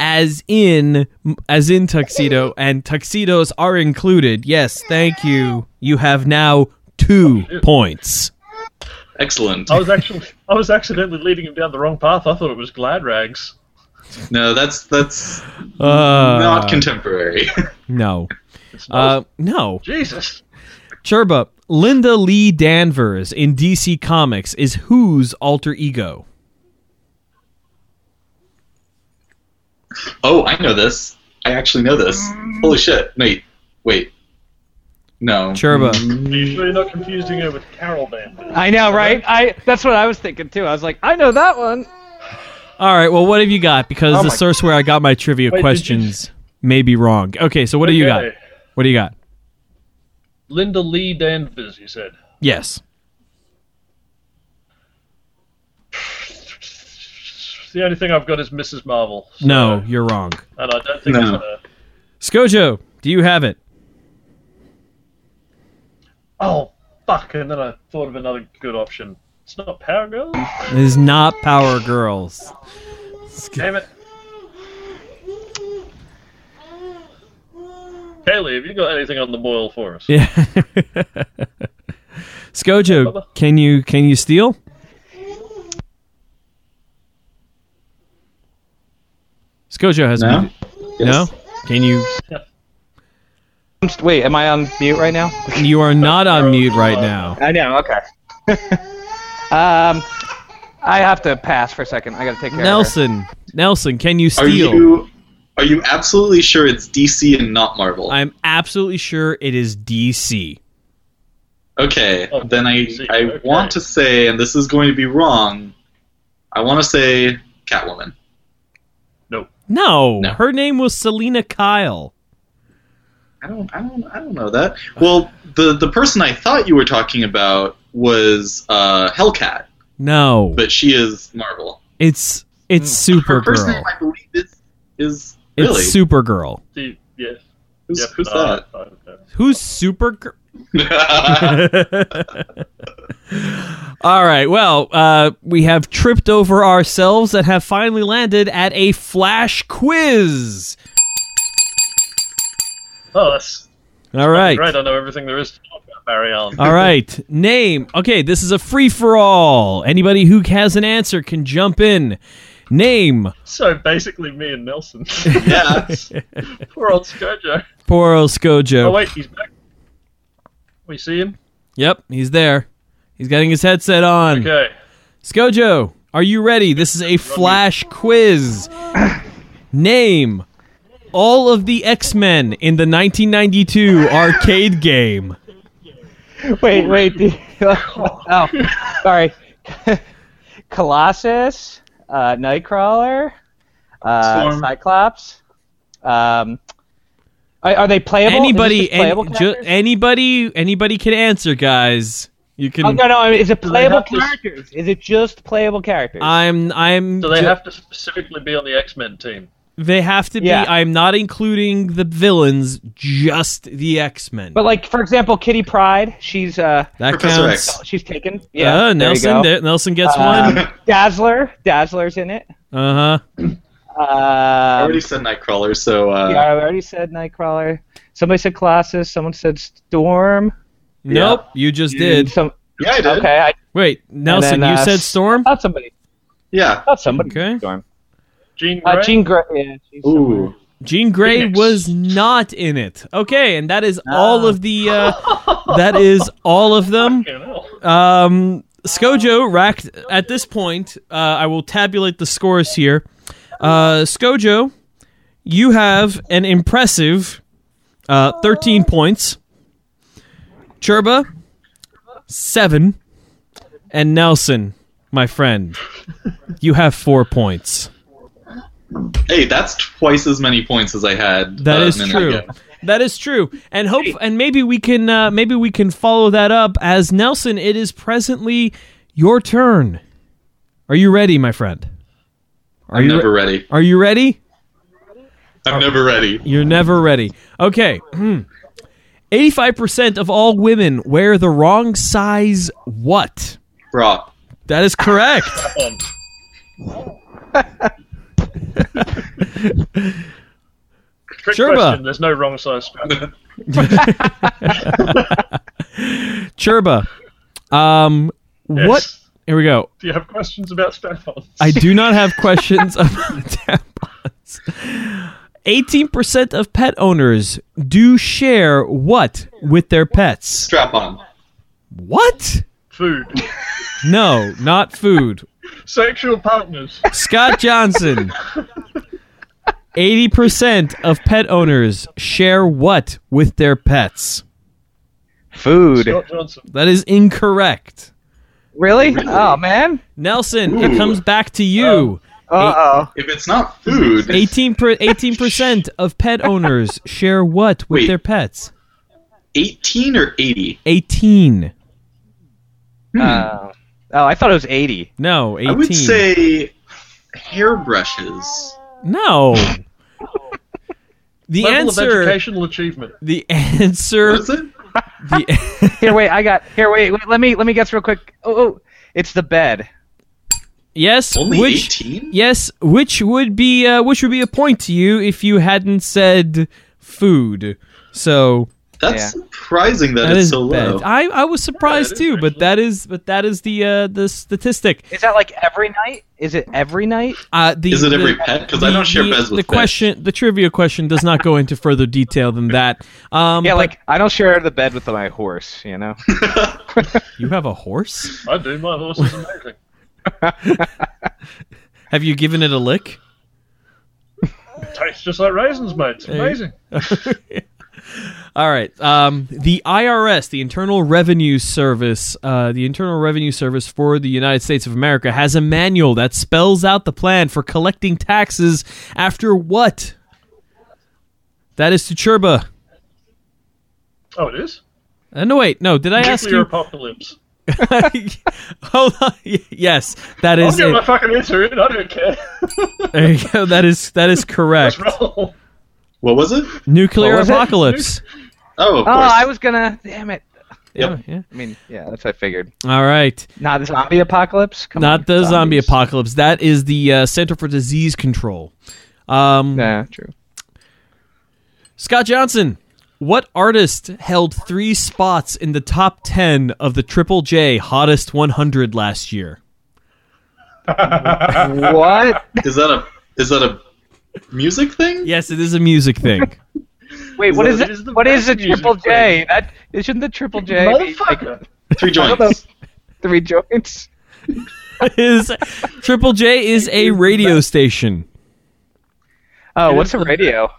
as in as in tuxedo and tuxedos are included. Yes, thank you. You have now 2 points.
excellent.
Oh.
I was actually I was accidentally leading him down the wrong path. I thought it was glad rags.
No, that's that's
Uh,
not contemporary.
no. Uh, no.
Jesus.
Cherba, Linda Lee Danvers in DC Comics is whose alter ego?
oh, I know this. I actually know this. Holy shit! Wait, wait. No.
Cherba.
Are you sure you're not confusing her with Carol Danvers?
I know, right? I that's what I was thinking too. I was like, I know that one.
All right, well what have you got because
Oh
the
my-
source where I got my trivia
Wait, did you-
questions may be wrong. Okay, so what do you got?
Okay.
What do you got?
Linda Lee Danvers, you said.
Yes.
The only thing I've got is Mrs. Marvel,
No, you're wrong.
and I don't think
No.
it's her.
Skojo, do you have it?
Oh fuck! And then I thought of another good option. It's not Power Girl.
It is not Power Girls.
Damn it. Kaylee, have you got anything on the boil for us?
Yeah. Skojo, can you can you steal? Skojo has
No.
muted. No? Can you
I'm st- Wait, am I on mute right now?
you are not on mute right now.
I know. Okay. um, I have to pass for a second. I got to take care of
Nelson. Nelson, can you
Are
steal?
you are you absolutely sure it's DC and not Marvel?
I'm absolutely sure it is DC.
okay,
Oh,
then I
DC,
I
okay.
want to say, and this is going to be wrong. I want to say Catwoman.
No,
No.
her name was Selena Kyle.
I don't, I don't, I don't know that. Well, the the person I thought you were talking about was uh, Hellcat,
No,
but she is Marvel.
it's it's
Her first
Supergirl.
name, I believe, is is really
It's Supergirl.
The- yes.
who's,
Yep,
who's
uh,
that?
I don't know.
Who's Supergirl?
Uh,
I
All right. Well, uh, we have tripped over ourselves and have finally landed at a flash quiz.
Oh, that's
All right.
great. I know everything there is to talk about Barry Allen.
All right. Name. Okay, this is a free for all. Anybody who has an answer can jump in. Name.
so basically, me and Nelson.
Yeah.
Poor old Skojo.
Poro
Oh,
Skojo.
wait, he's back. We see him?
Yep, he's there. He's getting his headset on.
Okay.
Skojo, are you ready? This is a flash quiz. Name all of the X Men in the 1992 arcade game.
her. Wait, wait. oh, sorry. Colossus, uh, Nightcrawler, uh,
Storm.
Cyclops. Um, are, are they playable? Is this
Anybody,
just playable
any, ju-
characters?
anybody, anybody can answer, guys. You can.
Oh, no, no. I mean, is it
they
playable
have to-
characters? Is it just playable characters?
I'm. I'm.
So they
ju-
have to specifically be on the X Men team.
they have to be.
Yeah.
I'm not including the villains, just the X Men.
but like, for example, Kitty Pride. She's uh,
That
Professor
counts.
X.
she's taken. Yeah,
Uh,
there you
Nelson.
go.
there- Nelson gets
Um,
one.
Dazzler. Dazzler's in it.
Uh huh.
Um,
already said Nightcrawler, so uh,
yeah, I already said Nightcrawler. Somebody said Colossus. Someone said Storm.
Nope. You just
And
did.
Some,
yeah, I did.
okay, I
Wait, Nelson.
then,
you
uh,
said Storm.
thought somebody.
Yeah.
Thought somebody. said
Okay.
Storm.
Jean Grey.
Uh, Jean Grey. Yeah, she's somewhere.
Ooh.
Jean Grey
Phoenix.
was not in it. Okay, and that is all of the. Uh, that is all of them.
Fucking hell.
Um, Skojo racked at this point. Uh, I will tabulate the scores here. Uh, Skojo, you have an impressive uh, 13 points. Cherba, seven. And Nelson, my friend, you have four points.
Hey, that's twice as many points as I had.
That
uh, a
is
minute
true.
ago.
That is true. And hope and maybe we can uh, maybe we can follow that up as Nelson. It is presently your turn. Are you ready, my friend? Are
I'm
you Oh.
never ready.
Are you ready?
I'm never ready.
You're never ready. Okay. Hmm. Eighty-five percent of all women wear the wrong size. What?
Bra.
That is correct.
Trick
Sure,
question.
but-
There's no wrong size strap.
Cherba. Um.
Yes.
What? Here we go.
Do you have questions about strap-ons?
I do not have questions about tampons. Eighteen percent of pet owners do share what with their pets?
Strap on.
What?
Food.
No, not food.
Sexual partners.
Scott Johnson. Eighty percent of pet owners share what with their pets?
Food.
Scott Johnson.
That is incorrect.
Really? Oh man.
Nelson, it
Ooh. Um,
comes back to you.
Uh
If it's not food,
18 per, 18% of pet owners share what with
Wait.
their pets?
18 or 80.
18.
Hmm.
oh. Uh, oh, I thought it was eighty.
No, 18.
I would say hairbrushes.
no. The
Level of
answer
educational achievement.
the answer
What is it?
the,
Here, wait. I got. Here, wait. wait let me. Let me guess real quick. Oh, oh it's the bed.
Yes,
Only
which
18?
yes, which would be uh, which would be a point to you if you hadn't said food. So
That's
Yeah.
surprising that,
that
it's
is
so low.
bad. I, I was surprised
is
too, but
actually.
that is but that is the uh, the statistic.
Is that like every night? Is it every night?
Uh, the,
Is it
the-
every pet? Because I
the-
don't share
the,
beds with
the
pets.
question. The trivia question does not go into further detail than that. Um,
Yeah,
but
like I don't share the bed with my horse. You know.
you have a horse.
I do. My horse is amazing.
Have you given it a lick?
Tastes just like raisins, mate. It's amazing.
All right. Um, the IRS, the Internal Revenue Service, uh, the Internal Revenue Service for the United States of America, has a manual that spells out the plan for collecting taxes after what? That is to Cherba.
Oh, it is?
Uh, no, wait. No, did I ask
Nuclear
you?
apocalypse.
Hold on. Yes, that
I'll
is
get my
it.
fucking answer in. I don't care.
There you go. That is that is correct.
Let's roll.
What was it?
Nuclear
What was it?
apocalypse.
Oh, of
Oh,
course.
I was gonna. Damn it.
Yeah, yeah.
I mean, yeah, that's what I figured.
All right.
Not the zombie apocalypse. Come on,
Not the zombie
zombies.
apocalypse. That is the uh, Center for Disease Control. Um,
Yeah, true.
Scott Johnson, what artist held three spots in the top 10 of the Triple J Hottest 100 last year?
what?
Is that a is that a music thing?
Yes, it is a music thing.
Wait, what
That
is
is
it?
the
What is
best
a
music
triple J?
thing.
That isn't the triple J be, like,
Motherfucker.
Three
don't know.
joints.
three joints?
is Triple J is a radio station.
Oh,
It
what's
is
a
the-
radio?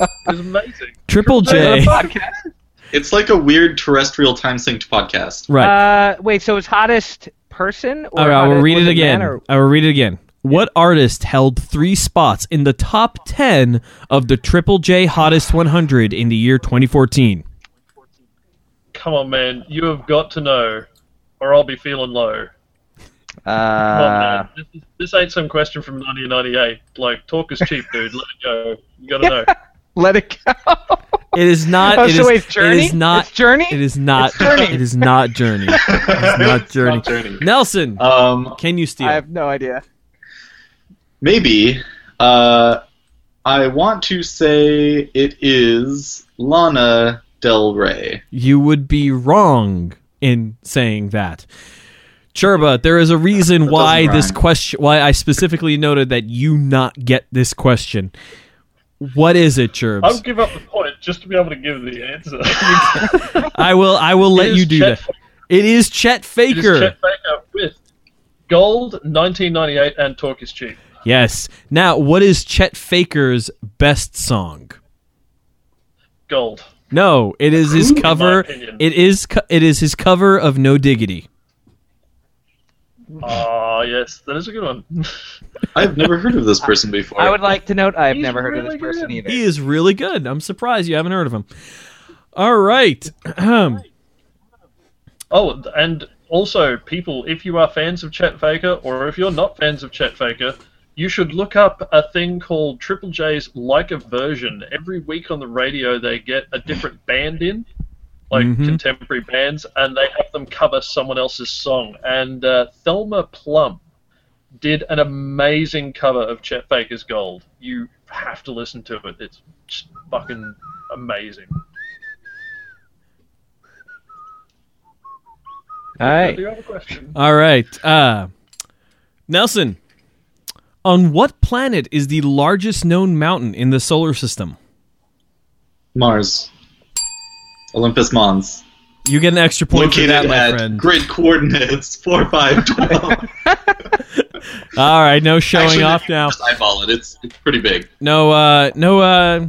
It's amazing.
Triple J.
Is it a podcast?
It's like a weird terrestrial time synced podcast.
Right.
Uh, wait, so it's hottest person? Or
All right, I will
hottest-
read
was
it again.
man or-
I will read it again. What artist held three spots in the top 10 of the Triple J Hottest 100 in the year 2014?
Come on, man. You have got to know, or I'll be feeling low. Come on,
Uh,
man. This, is- this ain't some question from 1998. Like, talk is cheap, dude. Let it go. You gotta know.
let it go.
It is not.
Oh,
Uh, it
so
is-
wait, it's
it
Journey?
is not.
It's Journey?
It is not.
It's Journey.
It is not Journey. It is not Journey.
Journey.
Nelson,
Um,
can you steal?
I have no idea.
maybe. Uh, I want to say it is Lana Del Rey.
you would be wrong in saying that. Cherba, there is a reason
That
why
doesn't
this
rhyme.
question. Why I specifically noted that you not get this question. What is it,
I'll
Cherbs?
give up the point just to be able to give the answer.
I will. I will let you do that. It is Chet
It is
Faker.
Chet Baker with Gold, 1998, and Talk is Cheap.
Yes. Now, what is Chet Faker's best song?
Gold.
No, it is his
my
cover.
opinion.
It is co- it is his cover of No Diggity.
Ah, yes, that is a good one.
I've never heard of this person before.
I would like to note I've
He's
never heard of
really
this person
good.
either.
He is really good. I'm surprised you haven't heard of him. All right. Ahem.
Oh, and also, people, if you are fans of Chet Faker, or if you're not fans of Chet Faker, you should look up a thing called Triple J's Like a Version. Every week on the radio, they get a different band in, like
Mhm.
contemporary bands, and they have them cover someone else's song. And uh, Thelma Plum did an amazing cover of Chet Faker's Gold. You have to listen to it. It's just fucking amazing.
All
Do
right.
you have a question?
All right. Uh, Nelson, on what planet is the largest known mountain in the solar system?
Mars. Olympus Mons.
You get an extra point for
Located
that, my
at
friend.
grid coordinates 4, 5, 12.
All right, no showing
Actually,
off
you
now.
Just eyeball it. It's, it's pretty big.
No, uh, no, uh.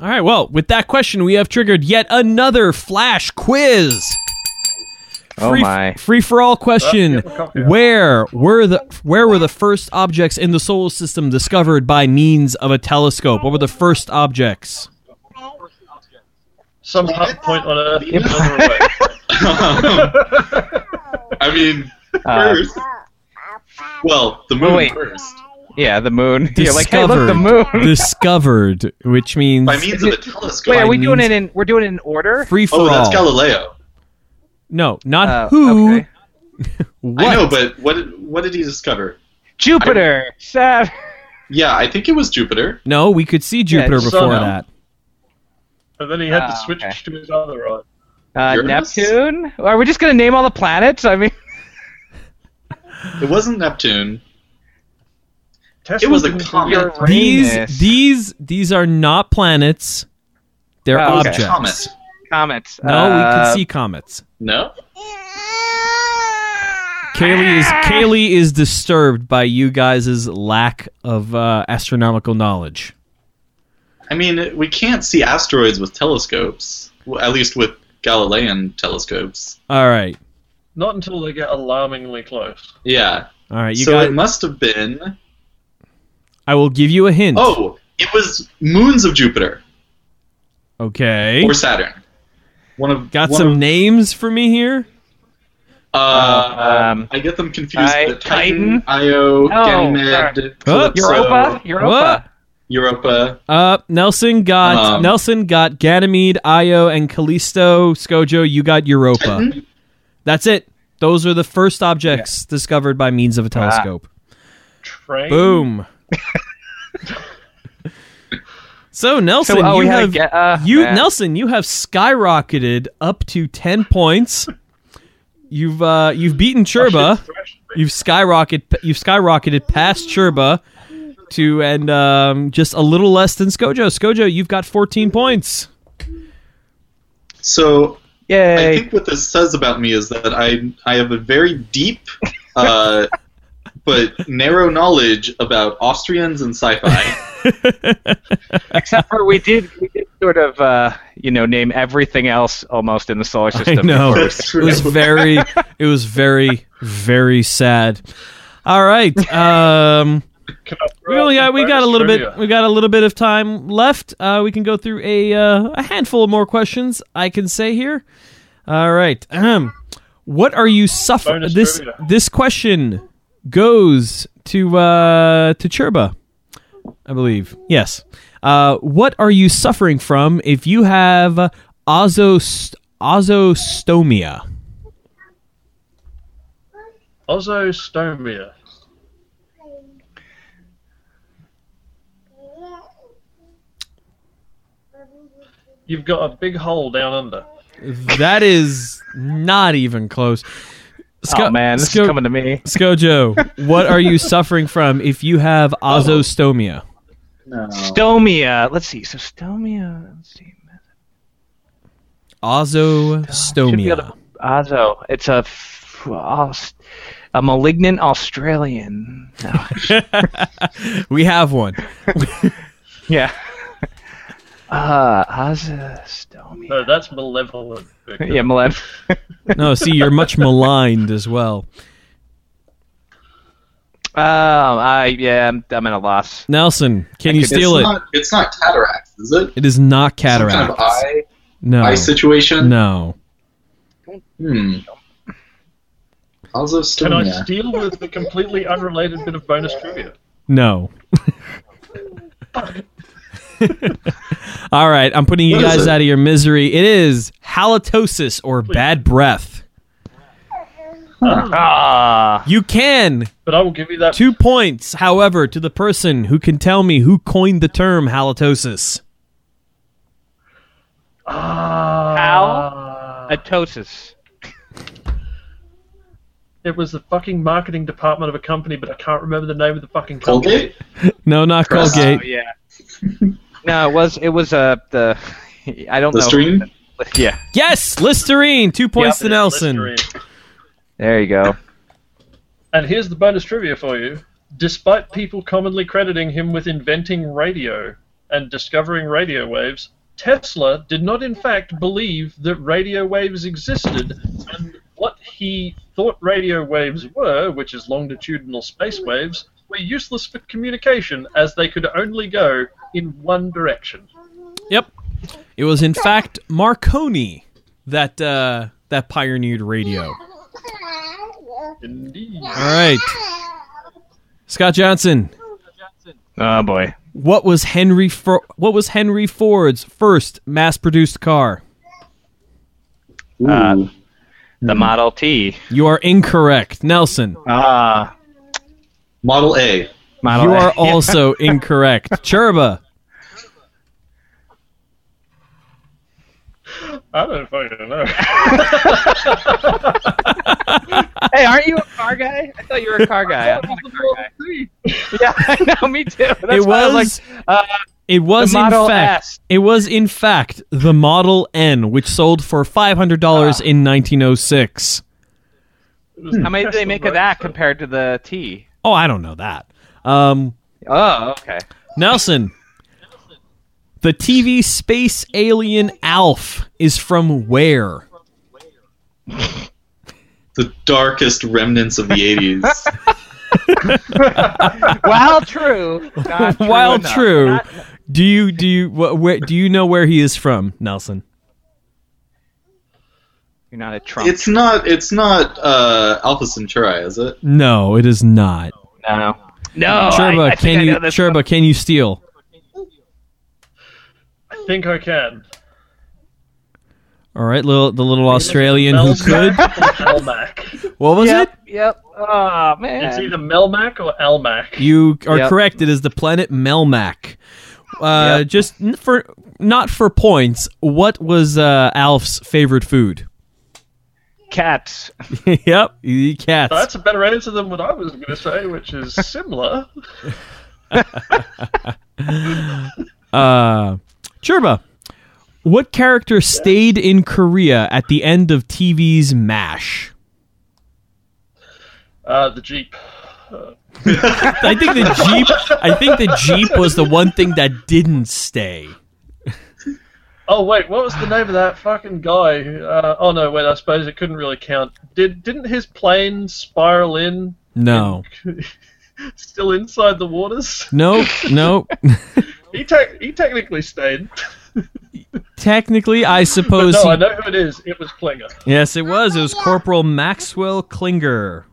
All right, well, with that question, we have triggered yet another flash quiz.
Oh
free,
my.
Free for all question.
Oh,
Uh, yeah, copy that.
where were the where were the first objects in the solar system discovered by means of a telescope? What were the first objects?
Some hot point on Earth.
Yep.
another way.
I mean,
Uh, oh,
Earth. Well, the moon
wait.
first.
Yeah, the moon. You're like, hey, look, the
Discovered.
moon.
discovered, which means
By means of a telescope.
Wait, are we
by
doing
means-
it in? We're doing it in order.
free for
oh, that's
all.
Galileo.
No, not
Uh,
who.
okay.
What?
I know, but what did, what did he discover?
Jupiter, Saturn.
Yeah, I think it was Jupiter.
no, we could see Jupiter
it's
before
Sun.
that.
And then he had to
Ah,
switch
okay.
to his other eye.
Uh,
Uranus?
Neptune? Are we just gonna name all the planets? I mean,
It wasn't Neptune.
Tesla
was a
didn't
comet.
figure out-
These
Uranus.
these these are not planets. They're
Oh, okay.
objects.
Comet.
comets.
No, we
Uh,
could see comets.
No?
Kaylee is Kaylee is disturbed by you guys' lack of uh, astronomical knowledge.
I mean, we can't see asteroids with telescopes. Well, at least with Galilean telescopes.
All right,
Not until they get alarmingly close.
Yeah.
all right. You
so
got.
it must have been.
I will give you a hint.
Oh, it was moons of Jupiter
okay.
or Saturn. One of
Got
one
some
of-
names for me here.
uh,
Um,
I get them confused.
I-
with
Titan?
Titan,
Oh,
Io,
No,
Ganymede,
Oh,
Calypso,
Europa. Europa.
Europa.
Uh, Nelson got
Um,
Nelson got Ganymede, Io, and Callisto. Skojo, you got Europa.
Titan?
That's it. Those are the first objects discovered by means of a telescope.
Ah.
Train.
Boom. so Nelson,
So, oh,
you
we had
have
to get. Uh,
you
man.
Nelson, you have skyrocketed up to ten points. You've uh, you've beaten Cherba. You've skyrocketed. You've skyrocketed past Cherba to and um, just a little less than Skojo. Skojo, you've got fourteen points.
So I
Yay.
think what this says about me is that I I have a very deep, uh, but narrow knowledge about Austrians and sci-fi.
Except for we did we did sort of uh, you know name everything else almost in the solar
I
system.
know
Oh,
it
That's
was
true.
very, it was very, very sad. All right, um,
Can I
we
throw
only
out
got we
some
got a little bit
trivia?
we got a little bit of time left. Uh, we can go through a uh, a handful of more questions. I can say here. All right. Ahem. What are you suffering?
Bonus
This
trivia.
this question goes to uh, to Cherba, I believe. Yes. Uh, what are you suffering from if you have ozos ozostomia?
Ozostomia. You've got a big hole down under.
That is not even close.
Oh
Sco-
man, this
Sco-
is coming to me.
Skojo, what are you suffering from if you have ozostomia?
No.
Stomia. Let's see. So stomia. Let's see. Should be able
Ozostomia.
to- Ozzo. It's a f- aus- a malignant Australian. No.
We have one.
yeah. Uh, Ozzo Stomy.
No, that's malevolent. Victor.
Yeah, Malem.
No, see, you're much maligned as well.
um, I yeah, I'm, I'm at a loss.
Nelson, can you
It's
steal
it's
it?
Not, it's not cataracts, is it?
It is not
Some kind
cataract.
of eye,
no.
eye situation.
no.
Hmm. Also, still
Can I
yeah.
steal with a completely unrelated bit of bonus trivia?
No. All right, I'm putting you
What is
guys
it?
out of your misery. It is halitosis or bad breath.
Ah,
You can
But I will give you that.
two points, however, to the person who can tell me who coined the term halitosis.
Ah,
atosis.
it was the fucking marketing department of a company, but I can't remember the name of the fucking company.
Colgate.
No, not
Press.
Colgate.
Oh yeah. no, it was it was uh the I don't know.
Listerine?
Yeah.
Yes, Listerine. Two points
Yep,
to Nelson.
Listerine.
There you go.
And here's the bonus trivia for you. Despite people commonly crediting him with inventing radio and discovering radio waves, Tesla did not, in fact, believe that radio waves existed. And what he thought radio waves were, which is longitudinal space waves, were useless for communication as they could only go in one direction.
Yep. It was in fact Marconi that uh, that pioneered radio.
Indeed.
All right, Scott Johnson.
Oh boy.
What was Henry For- What was Henry Ford's first mass-produced car?
Ooh.
Uh, The Model T.
You are incorrect, Nelson.
Ah,
Model A.
Model.
You
A.
are also incorrect, Cherba.
I don't fucking know.
Hey, aren't you a car guy? I thought you were a car guy. I'm not a car guy. Yeah, I know. Me too. That's
It
why I
was.
like, uh,
It was
the
in
Model
fact.
S.
It was in fact the Model N, which sold for five hundred
Ah.
dollars in nineteen oh six.
How many did they make of that compared to the T?
Oh, I don't know that. Um,
Oh, okay.
Nelson. The TV space alien Alf is from where?
The darkest remnants of the 80s.
While true, not true
While
enough.
true,
Not-
do you do you wh- where do you know where he is from, Nelson?
you're not a Trump.
it's not. It's not uh, Alpha Centauri, is it?
No, it is not.
no, no.
Cherba,
Oh, I, I think
can
I
you
know this
Cherba, can you steal?
I think I can.
All right, little the little Australian who could.
Melmac.
What was
yep,
it?
Yep. Oh man.
It's either Melmac or Almac.
You are
Yep.
correct. It is the planet Melmac. Uh,
Yep.
Just n- for not for points. What was uh, Alf's favorite food?
Cats.
yep, he eat cats.
That's a better answer than what I was going to say, which is similar.
Uh, Cherba, what character stayed in Korea at the end of TV's MASH?
Uh, the Jeep.
I think the Jeep. I think the Jeep was the one thing that didn't stay.
Oh wait, what was the name of that fucking guy? who- Uh, oh no, wait. I suppose it couldn't really count. Did didn't his plane spiral in,
No,
still inside the waters?
no, no.
He te- he technically stayed.
Technically, I
But
suppose.
no,
Oh, he-
I know who it is. It was Klinger.
yes, it was. It was Corporal Maxwell Klinger.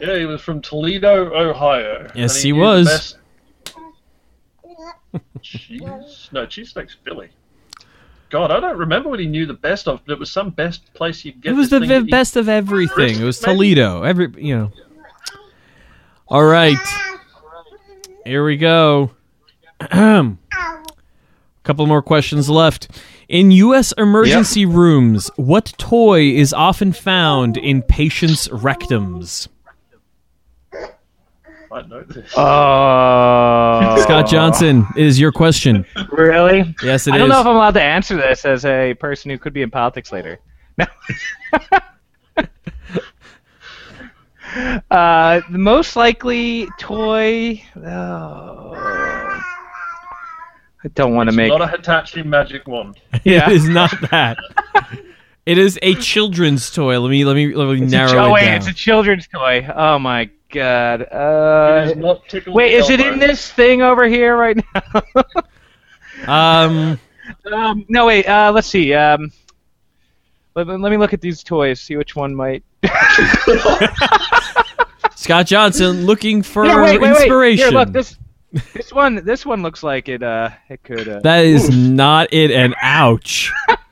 Yeah, he was from Toledo, Ohio.
Yes,
and
he
knew the
was.
best- Cheese? No, cheesesteaks Philly. God, I don't remember what he knew the best of, but it was some best place you could get.
It was
this
the
thing to
v-
eat.
best of everything. It was
Maybe.
Toledo. Every you know. All right, here we go. Ahem. Couple more questions left. In U.S. emergency rooms, what toy is often found in patients' rectums?
I know this.
Oh.
Scott Johnson it is your question.
Really?
Yes, it is.
I don't know if I'm allowed to answer this as a person who could be in politics later. No. uh, the most likely toy. Oh. I don't want to make.
Not a Hitachi magic wand.
Yeah.
It is not that. it is a children's toy. Let me let me let me
It's a
narrow
chi- oh
it
wait,
down.
it's a children's toy. Oh my god.
It is
Uh,
not tickle
wait,
the
is it in
elbow.
this thing over here right now?
um,
um, no wait. Uh, let's see. Um, let, let me look at these toys. See which one might.
Scott Johnson looking for
Here, wait, wait, wait.
inspiration.
Here, look. This this one this one looks like it. Uh, it could. Uh,
that is not it. And ouch.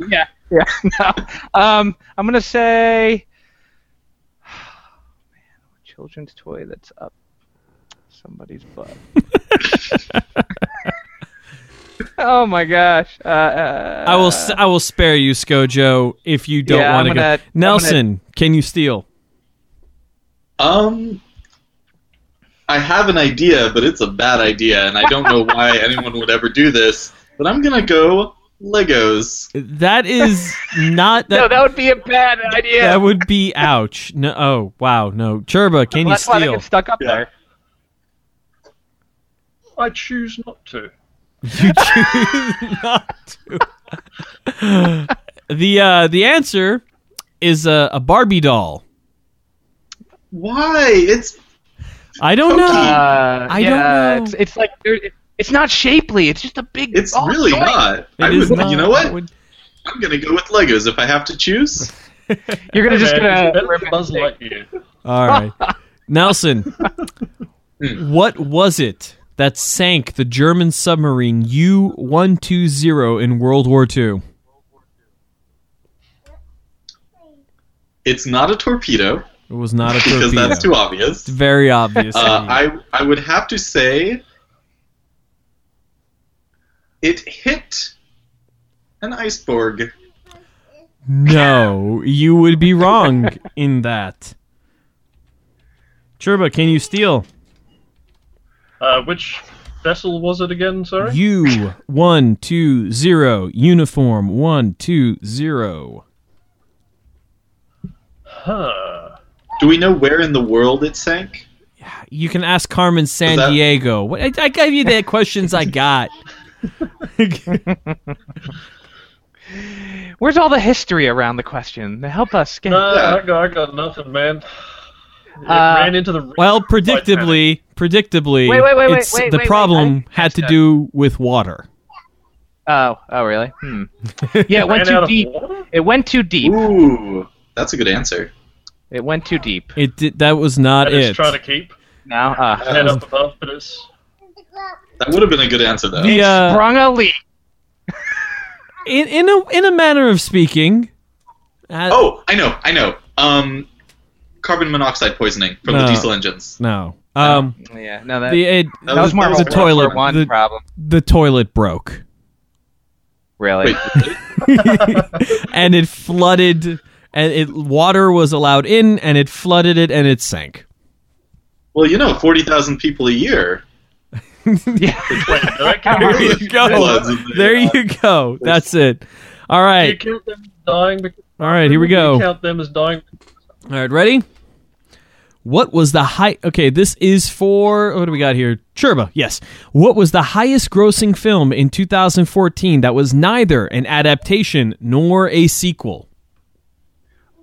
yeah. Yeah. No. Um, I'm gonna say. Man, a children's toy that's up somebody's butt. oh my gosh. Uh, uh,
I will s- I will spare you, Skojo, if you don't
Yeah, I'm
want to
gonna-
go.
I'm gonna-
Nelson, can you steal?
Um, I have an idea, but it's a bad idea, and I don't know why anyone would ever do this. But I'm gonna go Legos.
That is not that.
no, that would be a bad idea.
that would be ouch. No, oh wow, no. Cherba, can
Well,
you
that's why they
steal?
get stuck up
Yeah.
there.
I choose not to.
You choose not to. the uh, the answer is a, a Barbie doll.
Why? It's
I don't know.
Uh,
I
yeah,
don't know.
It's, it's like there- it- it's not shapely. It's just a big.
it's
ball
really
joint.
not. I
It is
would,
not-
You know what?
I would-
I'm gonna go with Legos if I have to choose.
You're gonna just
Man,
gonna.
it's better than Buzz Lightyear.
All right, Nelson.
Hmm.
what was it that sank the German submarine U one two zero in World War II?
It's not a torpedo
It was not a
because
torpedo.
that's too obvious.
It's very obvious.
Uh, I I would have to say it hit an iceberg.
no, you would be wrong in that. Cherba, can you steal?
Uh, which vessel was it again? Sorry.
U one two zero uniform one two zero.
Huh.
Do we know where in the world it sank?
You can ask Carmen San
that-
Diego. What, I, I gave you the questions I got.
Where's all the history around the question? Help us. Get,
No, I, got, I got nothing, man. Uh, It
Uh,
ran into the
Well, predictably, predictably,
Wait, wait, wait, wait,
it's-
wait,
the
wait, wait,
problem
I didn't
had
catch
to
that.
do with water.
oh, oh, really? Hmm. Yeah, it went
Ran
too
out of
deep.
water?
It went too deep.
Ooh, that's a good answer.
It went too deep.
It did, that was not
That is
it.
trying to keep
Now, uh,
head up above, but it's
That would have been a good answer though.
The, uh,
sprung a leak.
in, in a in a manner of speaking. uh,
oh, I know, I know. Um, carbon monoxide poisoning from
No.
the diesel engines.
no. Um,
Yeah, no, that,
the uh, it,
That
that was
was-
more
that
of a
was
the
World War
toilet.
One
The-
problem,
the toilet broke,
really.
Wait,
and it flooded, and it water was allowed in, and it flooded it, and it sank.
well, you know, forty thousand people a year.
wait, did I count
There
those
you go.
Floods in the-
There you go. That's it. All
Do you
right.
count them as dying? Because,
All right. Here we
Do you
go.
count them as dying?
All right. Ready? What was the high? Okay, this is for what do we got here? Cherba. Yes. What was the highest-grossing film in 2014 that was neither an adaptation nor a sequel?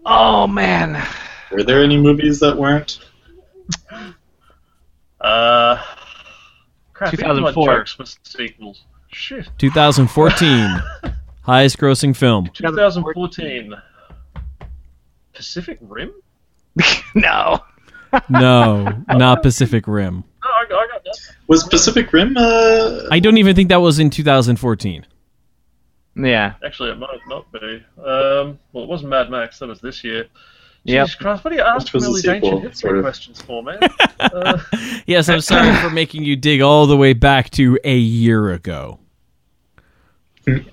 Oh man,
Were there any movies that weren't?
Uh, crap,
2004.
2004 was sequels. Shit,
2014 highest-grossing film.
2014. Pacific Rim?
no.
No, not Pacific Rim.
Oh, I, I got that.
Was Pacific Rim? Uh,
I don't even think that was in 2014.
Yeah,
Actually, it might not be. Um, well, it wasn't Mad Max. That was this year.
Yep.
Jesus Christ! What do you ask
was
all
the
these ancient
sequel,
history
sort of.
questions for, man? uh,
Yes, I'm sorry for making you dig all the way back to a year ago.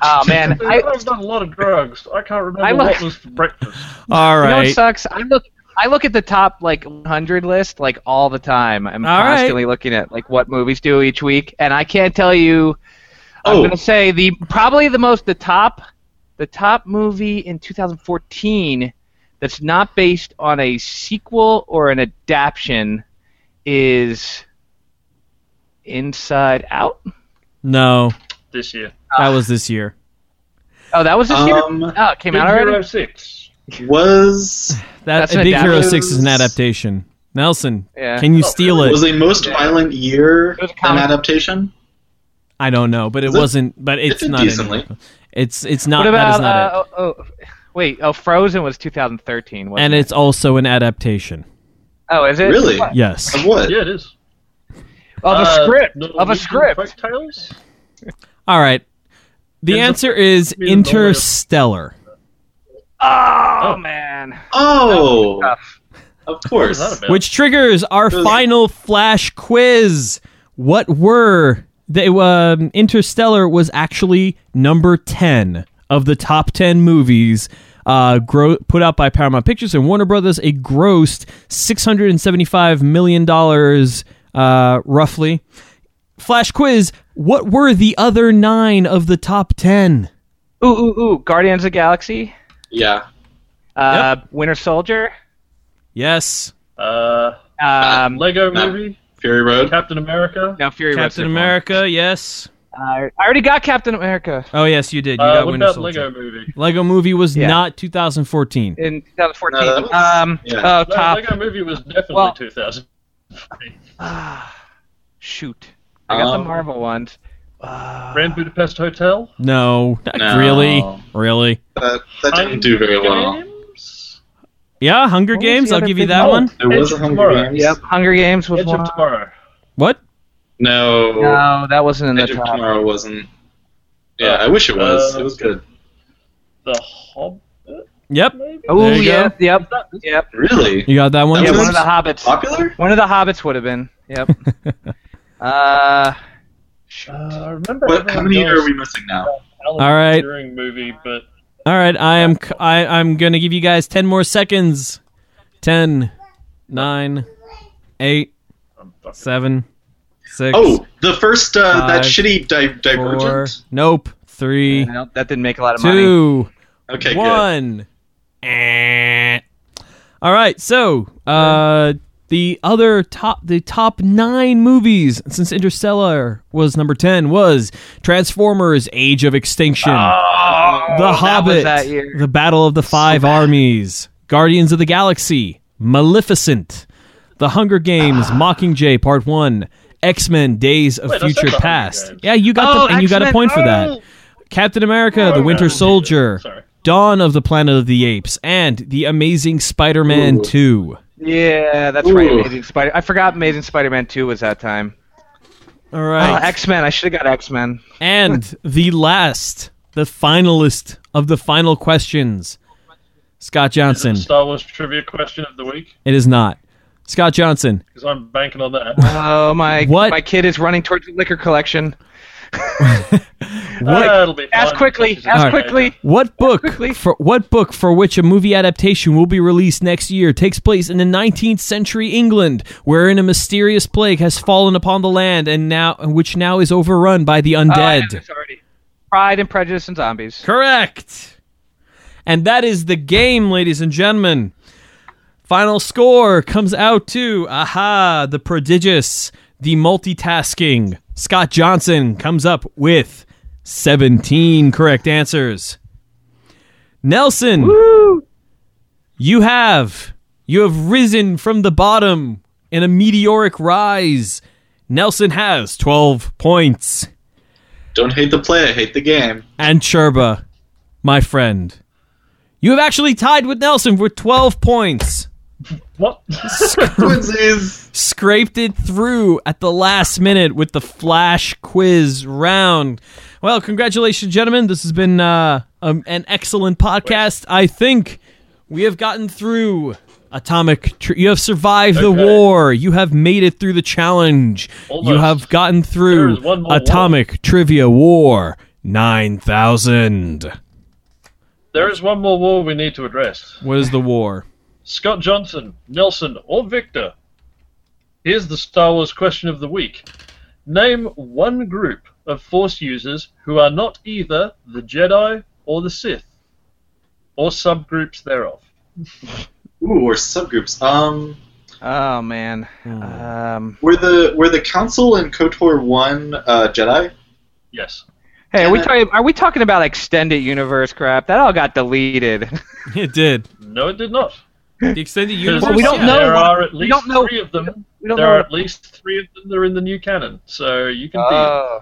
Oh man, I,
I, have done a lot of drugs. I can't remember
I look-
what was for breakfast.
All
You know
right.
what sucks? I look I look at the top like 100 list like all the time. I'm
All right.
constantly looking at like what movies do each week, and I can't tell you. I'm
Oh.
gonna say the probably the most the top the top movie in 2014 that's not based on a sequel or an adaptation is Inside Out.
No,
this year.
Ah,
that was this year.
Oh, that was this year.
Um,
Oh, it came
Big
out already.
Hero Six.
Was
That
That's an
Big Hero
adaptation.
Six is an adaptation. Nelson,
Yeah.
can you steal it?
was a most violent year
It was a
an
comic-
adaptation?
I don't know, but it
it-
wasn't. But it's
did
not. an
decently.
adaptation. It's it's not.
What
that
about
is not it.
uh, oh, oh, wait? Oh, Frozen was 2013. Wasn't
And
it?
it's also an adaptation.
oh, is it
Really?
What?
Yes.
Of what?
Yeah, it is.
of a
Uh,
script
Little
of a
Legion
script?
folk Tales?
All right. The
There's a-
answer is
there's a-
Interstellar.
Oh, man,
Oh,
Tough.
of
What is that
course.
about?
Which triggers our
Really?
final flash quiz. What were the um, Interstellar was actually number ten of the top ten movies uh, gro- put out by Paramount Pictures and Warner Brothers. It grossed six hundred and seventy-five million dollars, uh, roughly. Flash quiz: What were the other nine of the top ten?
Ooh, ooh, ooh! Guardians of the Galaxy,
Yeah.
uh, Winter Soldier,
Yes,
Uh,
um,
Lego
no.
Movie,
Fury Road.
Captain America.
no Fury Road
Captain
Superman.
America. Yes.
Uh, I already got Captain America
Oh yes, you did. You
Uh,
got
what
Winter
about
Soldier.
Lego Movie?
Lego Movie was
Yeah.
not 2014.
in 2014.
No, that was-
um,
yeah.
oh,
No,
top.
Lego Movie was definitely
Well-
2000.
Ah, shoot, I got
Um,
the Marvel ones.
Ah.
Uh,
Grand Budapest Hotel.
No, not
No.
really, really.
That, that didn't do very well.
Games?
Yeah, Hunger
What was
Games.
the
I'll
other
give you
big
that
Oh,
one.
There
Edge
was a
of
Hunger
Tomorrow.
Games.
yep, Hunger Games was
Edge
one.
of Tomorrow.
What?
No.
No, that wasn't in
Edge
the
of
top.
Tomorrow wasn't. Yeah, I wish it was.
Uh,
it was good.
The Hobbit,
Yep,
maybe?
Oh,
There you go.
yep, yep, yep.
Really?
you got that one.
Yeah,
Yeah,
Hobbits?
one of the hobbits.
Popular?
One of the hobbits would have been. Yep. uh, shoot.
Uh, I remember
What, how
everyone
many
goes
are we missing now?
Alan
All right.
Turing movie, but
All right, I am. c- I, I'm gonna give you guys ten more seconds. Ten, nine, eight,
I'm fucking-
seven, six,
Oh, the first, uh,
Five,
that shitty di- Divergent.
four. Nope. Three,
No, that didn't make a lot of money.
two,
Okay, good.
one. Eh. All right, so uh, the other top, the top nine movies since Interstellar was number ten was Transformers: Age of Extinction,
Oh,
The
that was
Hobbit,
that year.
The Battle of the Five Armies, Guardians of the Galaxy, Maleficent, The Hunger Games, Mockingjay Part One, X Men: Days of
Wait, I said
Future
The Hunger
Past.
Games.
Yeah, you got
Oh,
the, and you got a
X-Men.
point for that.
Oh!
Captain America: The Winter
no.
Soldier.
Sorry.
Dawn of the Planet of the Apes, and The Amazing Spider-Man
Ooh.
2.
Yeah, that's right.
Ooh.
Amazing Spider. I forgot Amazing Spider-Man Two was that time.
All
Oh,
right.
X-Men. I should have got X-Men.
and the last, the finalist of the final questions, Scott
Is it
Johnson.
the Star Wars trivia question of the week?
It is not. Scott Johnson,
Because I'm banking on that.
Oh my!
What?
My kid is running towards the liquor collection. Oh,
what
Uh, it'll be
Ask
fine.
quickly.
Touches
Ask
Alright.
quickly.
what book
quickly.
for what book for which a movie adaptation will be released next year takes place in the 19th century England, wherein a mysterious plague has fallen upon the land and now which now is overrun by the
Oh, I know
undead.
this already. Pride and Prejudice and Zombies.
Correct. And that is the game, ladies and gentlemen. Final score comes out to aha, the prodigious, the multitasking. Scott Johnson comes up with 17 correct answers. Nelson, you have you have risen from the bottom in a meteoric rise. Nelson has 12 points.
Don't hate the play, hate the game.
And Cherba, my friend, you have actually tied with Nelson with 12 points.
What?
Twinsies!
Scraped it through at the last minute with the flash quiz round. Well, congratulations, gentlemen. This has been uh, um, an excellent podcast. I think we have gotten through atomic. Tr- you have survived the
Okay.
war. You have made it through the challenge. You
Almost.
have gotten
There
through
is one more war.
atomic trivia war 9000.
There is one more war we need to address.
What is the war?
Scott Johnson, Nelson, or Victor. Here's the Star Wars question of the week. Name one group of Force users who are not either the Jedi
or the Sith, or subgroups thereof.
Ooh, or subgroups. Um,
Oh man.
Hmm.
Um,
were the were the Council in Kotor one uh, Jedi?
Yes.
hey, are we
Yeah.
talking? Are we talking about extended universe crap? That all got deleted.
It did.
No, it did not.
The extended universe.
Well, we don't
yeah.
know
There
what-
are at
we
least
don't know-
three of them.
we don't
There
know.
are at least three of them that are in the new canon, so you can deal.
Oh.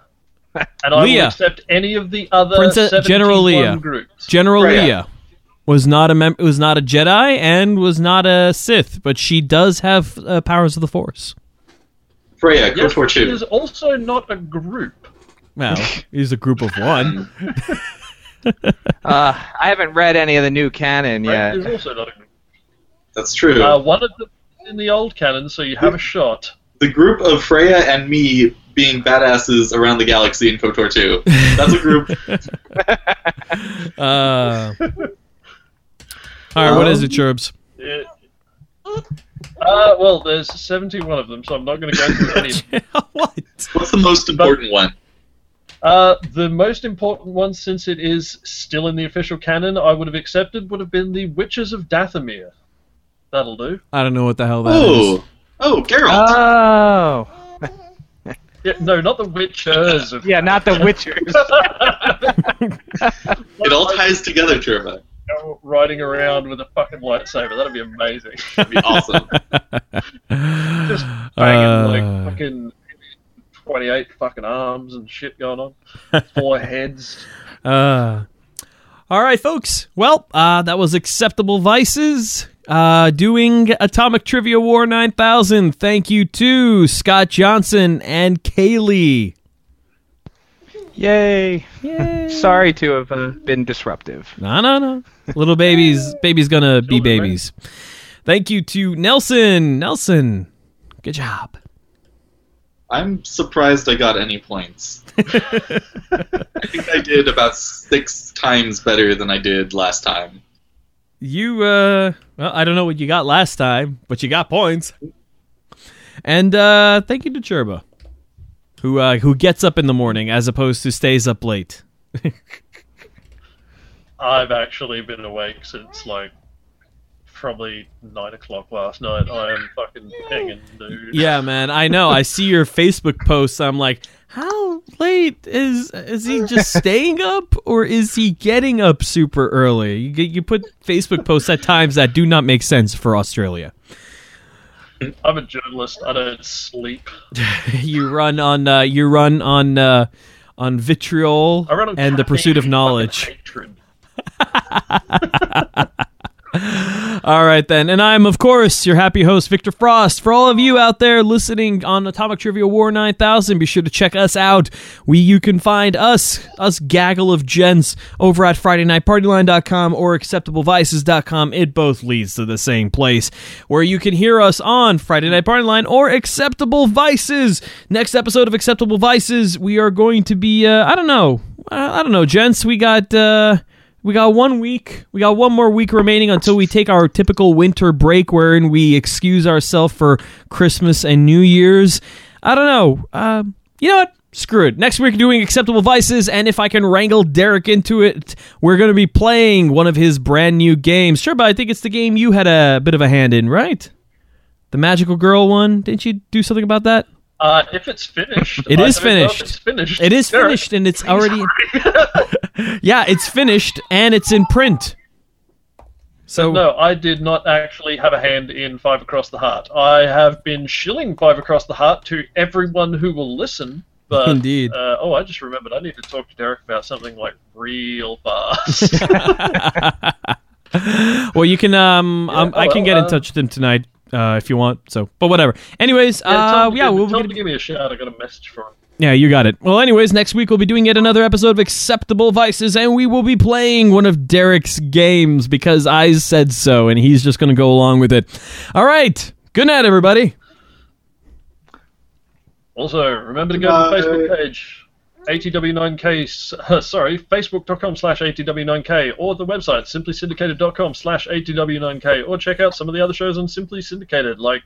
And I
Leia.
will accept any of the other
Princess-
71
General Leia.
groups.
General
Right.
Leia was not a mem- was not a Jedi and was not a Sith, but she does have uh, powers of the Force.
Freya,
Yes,
Kotor
it
two.
is also not a group.
Well, he's a group of one.
Uh, I haven't read any of the new canon
Right? It is
yet.
also not a group.
That's true.
Uh, one of them is in the old canon, so you have a shot.
the group of Freya and me being badasses around the galaxy in Kotor two. That's a group.
Uh, all right, what is it, Cherbs?
Uh, uh, well, there's 71 of them, so I'm not going to go through any of them.
what?
What's the most important one?
Uh, the most important one, since it is still in the official canon, I would have accepted would have been the Witches of Dathomir. That'll do.
I don't know what the hell that is.
Oh, oh, Geralt.
Oh,
Yeah, no, not the Witchers of
yeah, not the Witchers.
it all ties together, Trevor.
riding around with a fucking lightsaber. That'd be amazing.
That'd be awesome.
Just banging
Uh,
like fucking twenty-eight fucking arms and shit going on. Four heads.
uh, all right, folks. Well, uh, that was Acceptable Vices. Uh, doing Atomic Trivia War 9000. Thank you to Scott Johnson and Kaylee.
Yay! Sorry to have uh, been disruptive.
No, no, no. Little babies, babies gonna be babies. Thank you to Nelson. Nelson, good job.
I'm surprised I got any points. I think I did about six times better than I did last time.
You, uh, well, I don't know what you got last time, but you got points. And uh, thank you to Cherba, who uh, who gets up in the morning as opposed to stays up late.
I've actually been awake since like probably nine o'clock last night. I am fucking hanging, dude.
Yeah, man, I know. I see your Facebook posts. I'm like, how late is is he just staying up or is he getting up super early? You, get- you put Facebook posts at times that do not make sense for Australia.
I'm a journalist. I don't sleep.
you run on uh, you run on uh, on vitriol
I run on
and the pursuit of
caffeine and fucking
knowledge.
hatred.
All right, then. And I'm, of course, your happy host, Victor Frost. For all of you out there listening on Atomic Trivia War 9000, be sure to check us out. We You can find us, us gaggle of gents, over at FridayNightPartyLine.com or AcceptableVices.com. It both leads to the same place where you can hear us on Friday Night Party Line or Acceptable Vices. Next episode of Acceptable Vices, we are going to be, uh, I don't know. I I don't know, gents. We got. Uh, we got one week. We got one more week remaining until we take our typical winter break, wherein we excuse ourselves for Christmas and New Year's. I don't know. Um, you know what? Screw it. Next week, doing acceptable vices, and if I can wrangle Derek into it, we're going to be playing one of his brand new games. Sure, but I think it's the game you had a bit of a hand in, right? The magical girl one. Didn't you do something about that?
Uh, if it's finished,
It
I
is
don't know if
finished.
It's finished.
It is
Derek,
finished, and it's already. yeah, it's finished, and it's in print. So
No, I did not actually have a hand in Five Across the Heart. I have been shilling Five Across the Heart to everyone who will listen. But,
Indeed.
Uh, oh, I just remembered. I need to talk to Derek about something like real fast.
well, you can. Um, um, I can
well,
get in
uh,
touch with him tonight uh, if you want. So, but whatever. Anyways,
tell
uh,
him to
yeah,
give,
we'll
tell
be
him to give me a shout. I got a message from him.
yeah, you got it. Well, anyways, next week we'll be doing yet another episode of Acceptable Vices, and we will be playing one of Derek's games because I said so, and he's just going to go along with it. All right. Good night, everybody.
Also, remember to go to the Facebook page. ATW9K, uh, sorry, facebook.com slash ATW9K, or the website simplysyndicated.com slash ATW9K, or check out some of the other shows on Simply Syndicated, like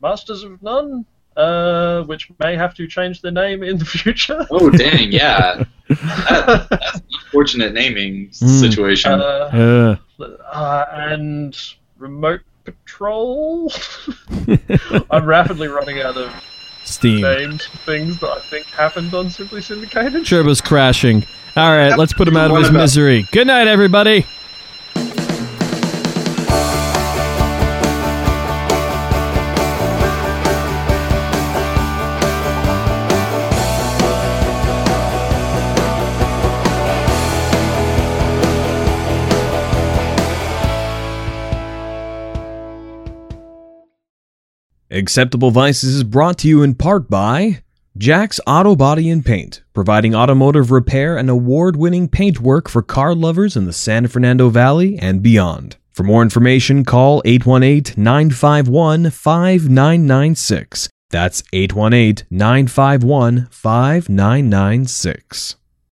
Masters of None uh, which may have to change the name in the future.
Oh dang, yeah. That, that's an unfortunate naming
Hmm.
situation.
Uh,
Uh,
uh, and remote patrol. I'm rapidly running out of
Steam.
names, things that I think happened on Simply Syndicated.
Turbo's crashing. All right, let's put him out of
One
his
of us.
misery. Good night, everybody. Acceptable Vices is brought to you in part by Jack's Auto Body and Paint, providing automotive repair and award winning paintwork for car lovers in the San Fernando Valley and beyond. For more information, call 818 951 5996. That's 818 951 5996.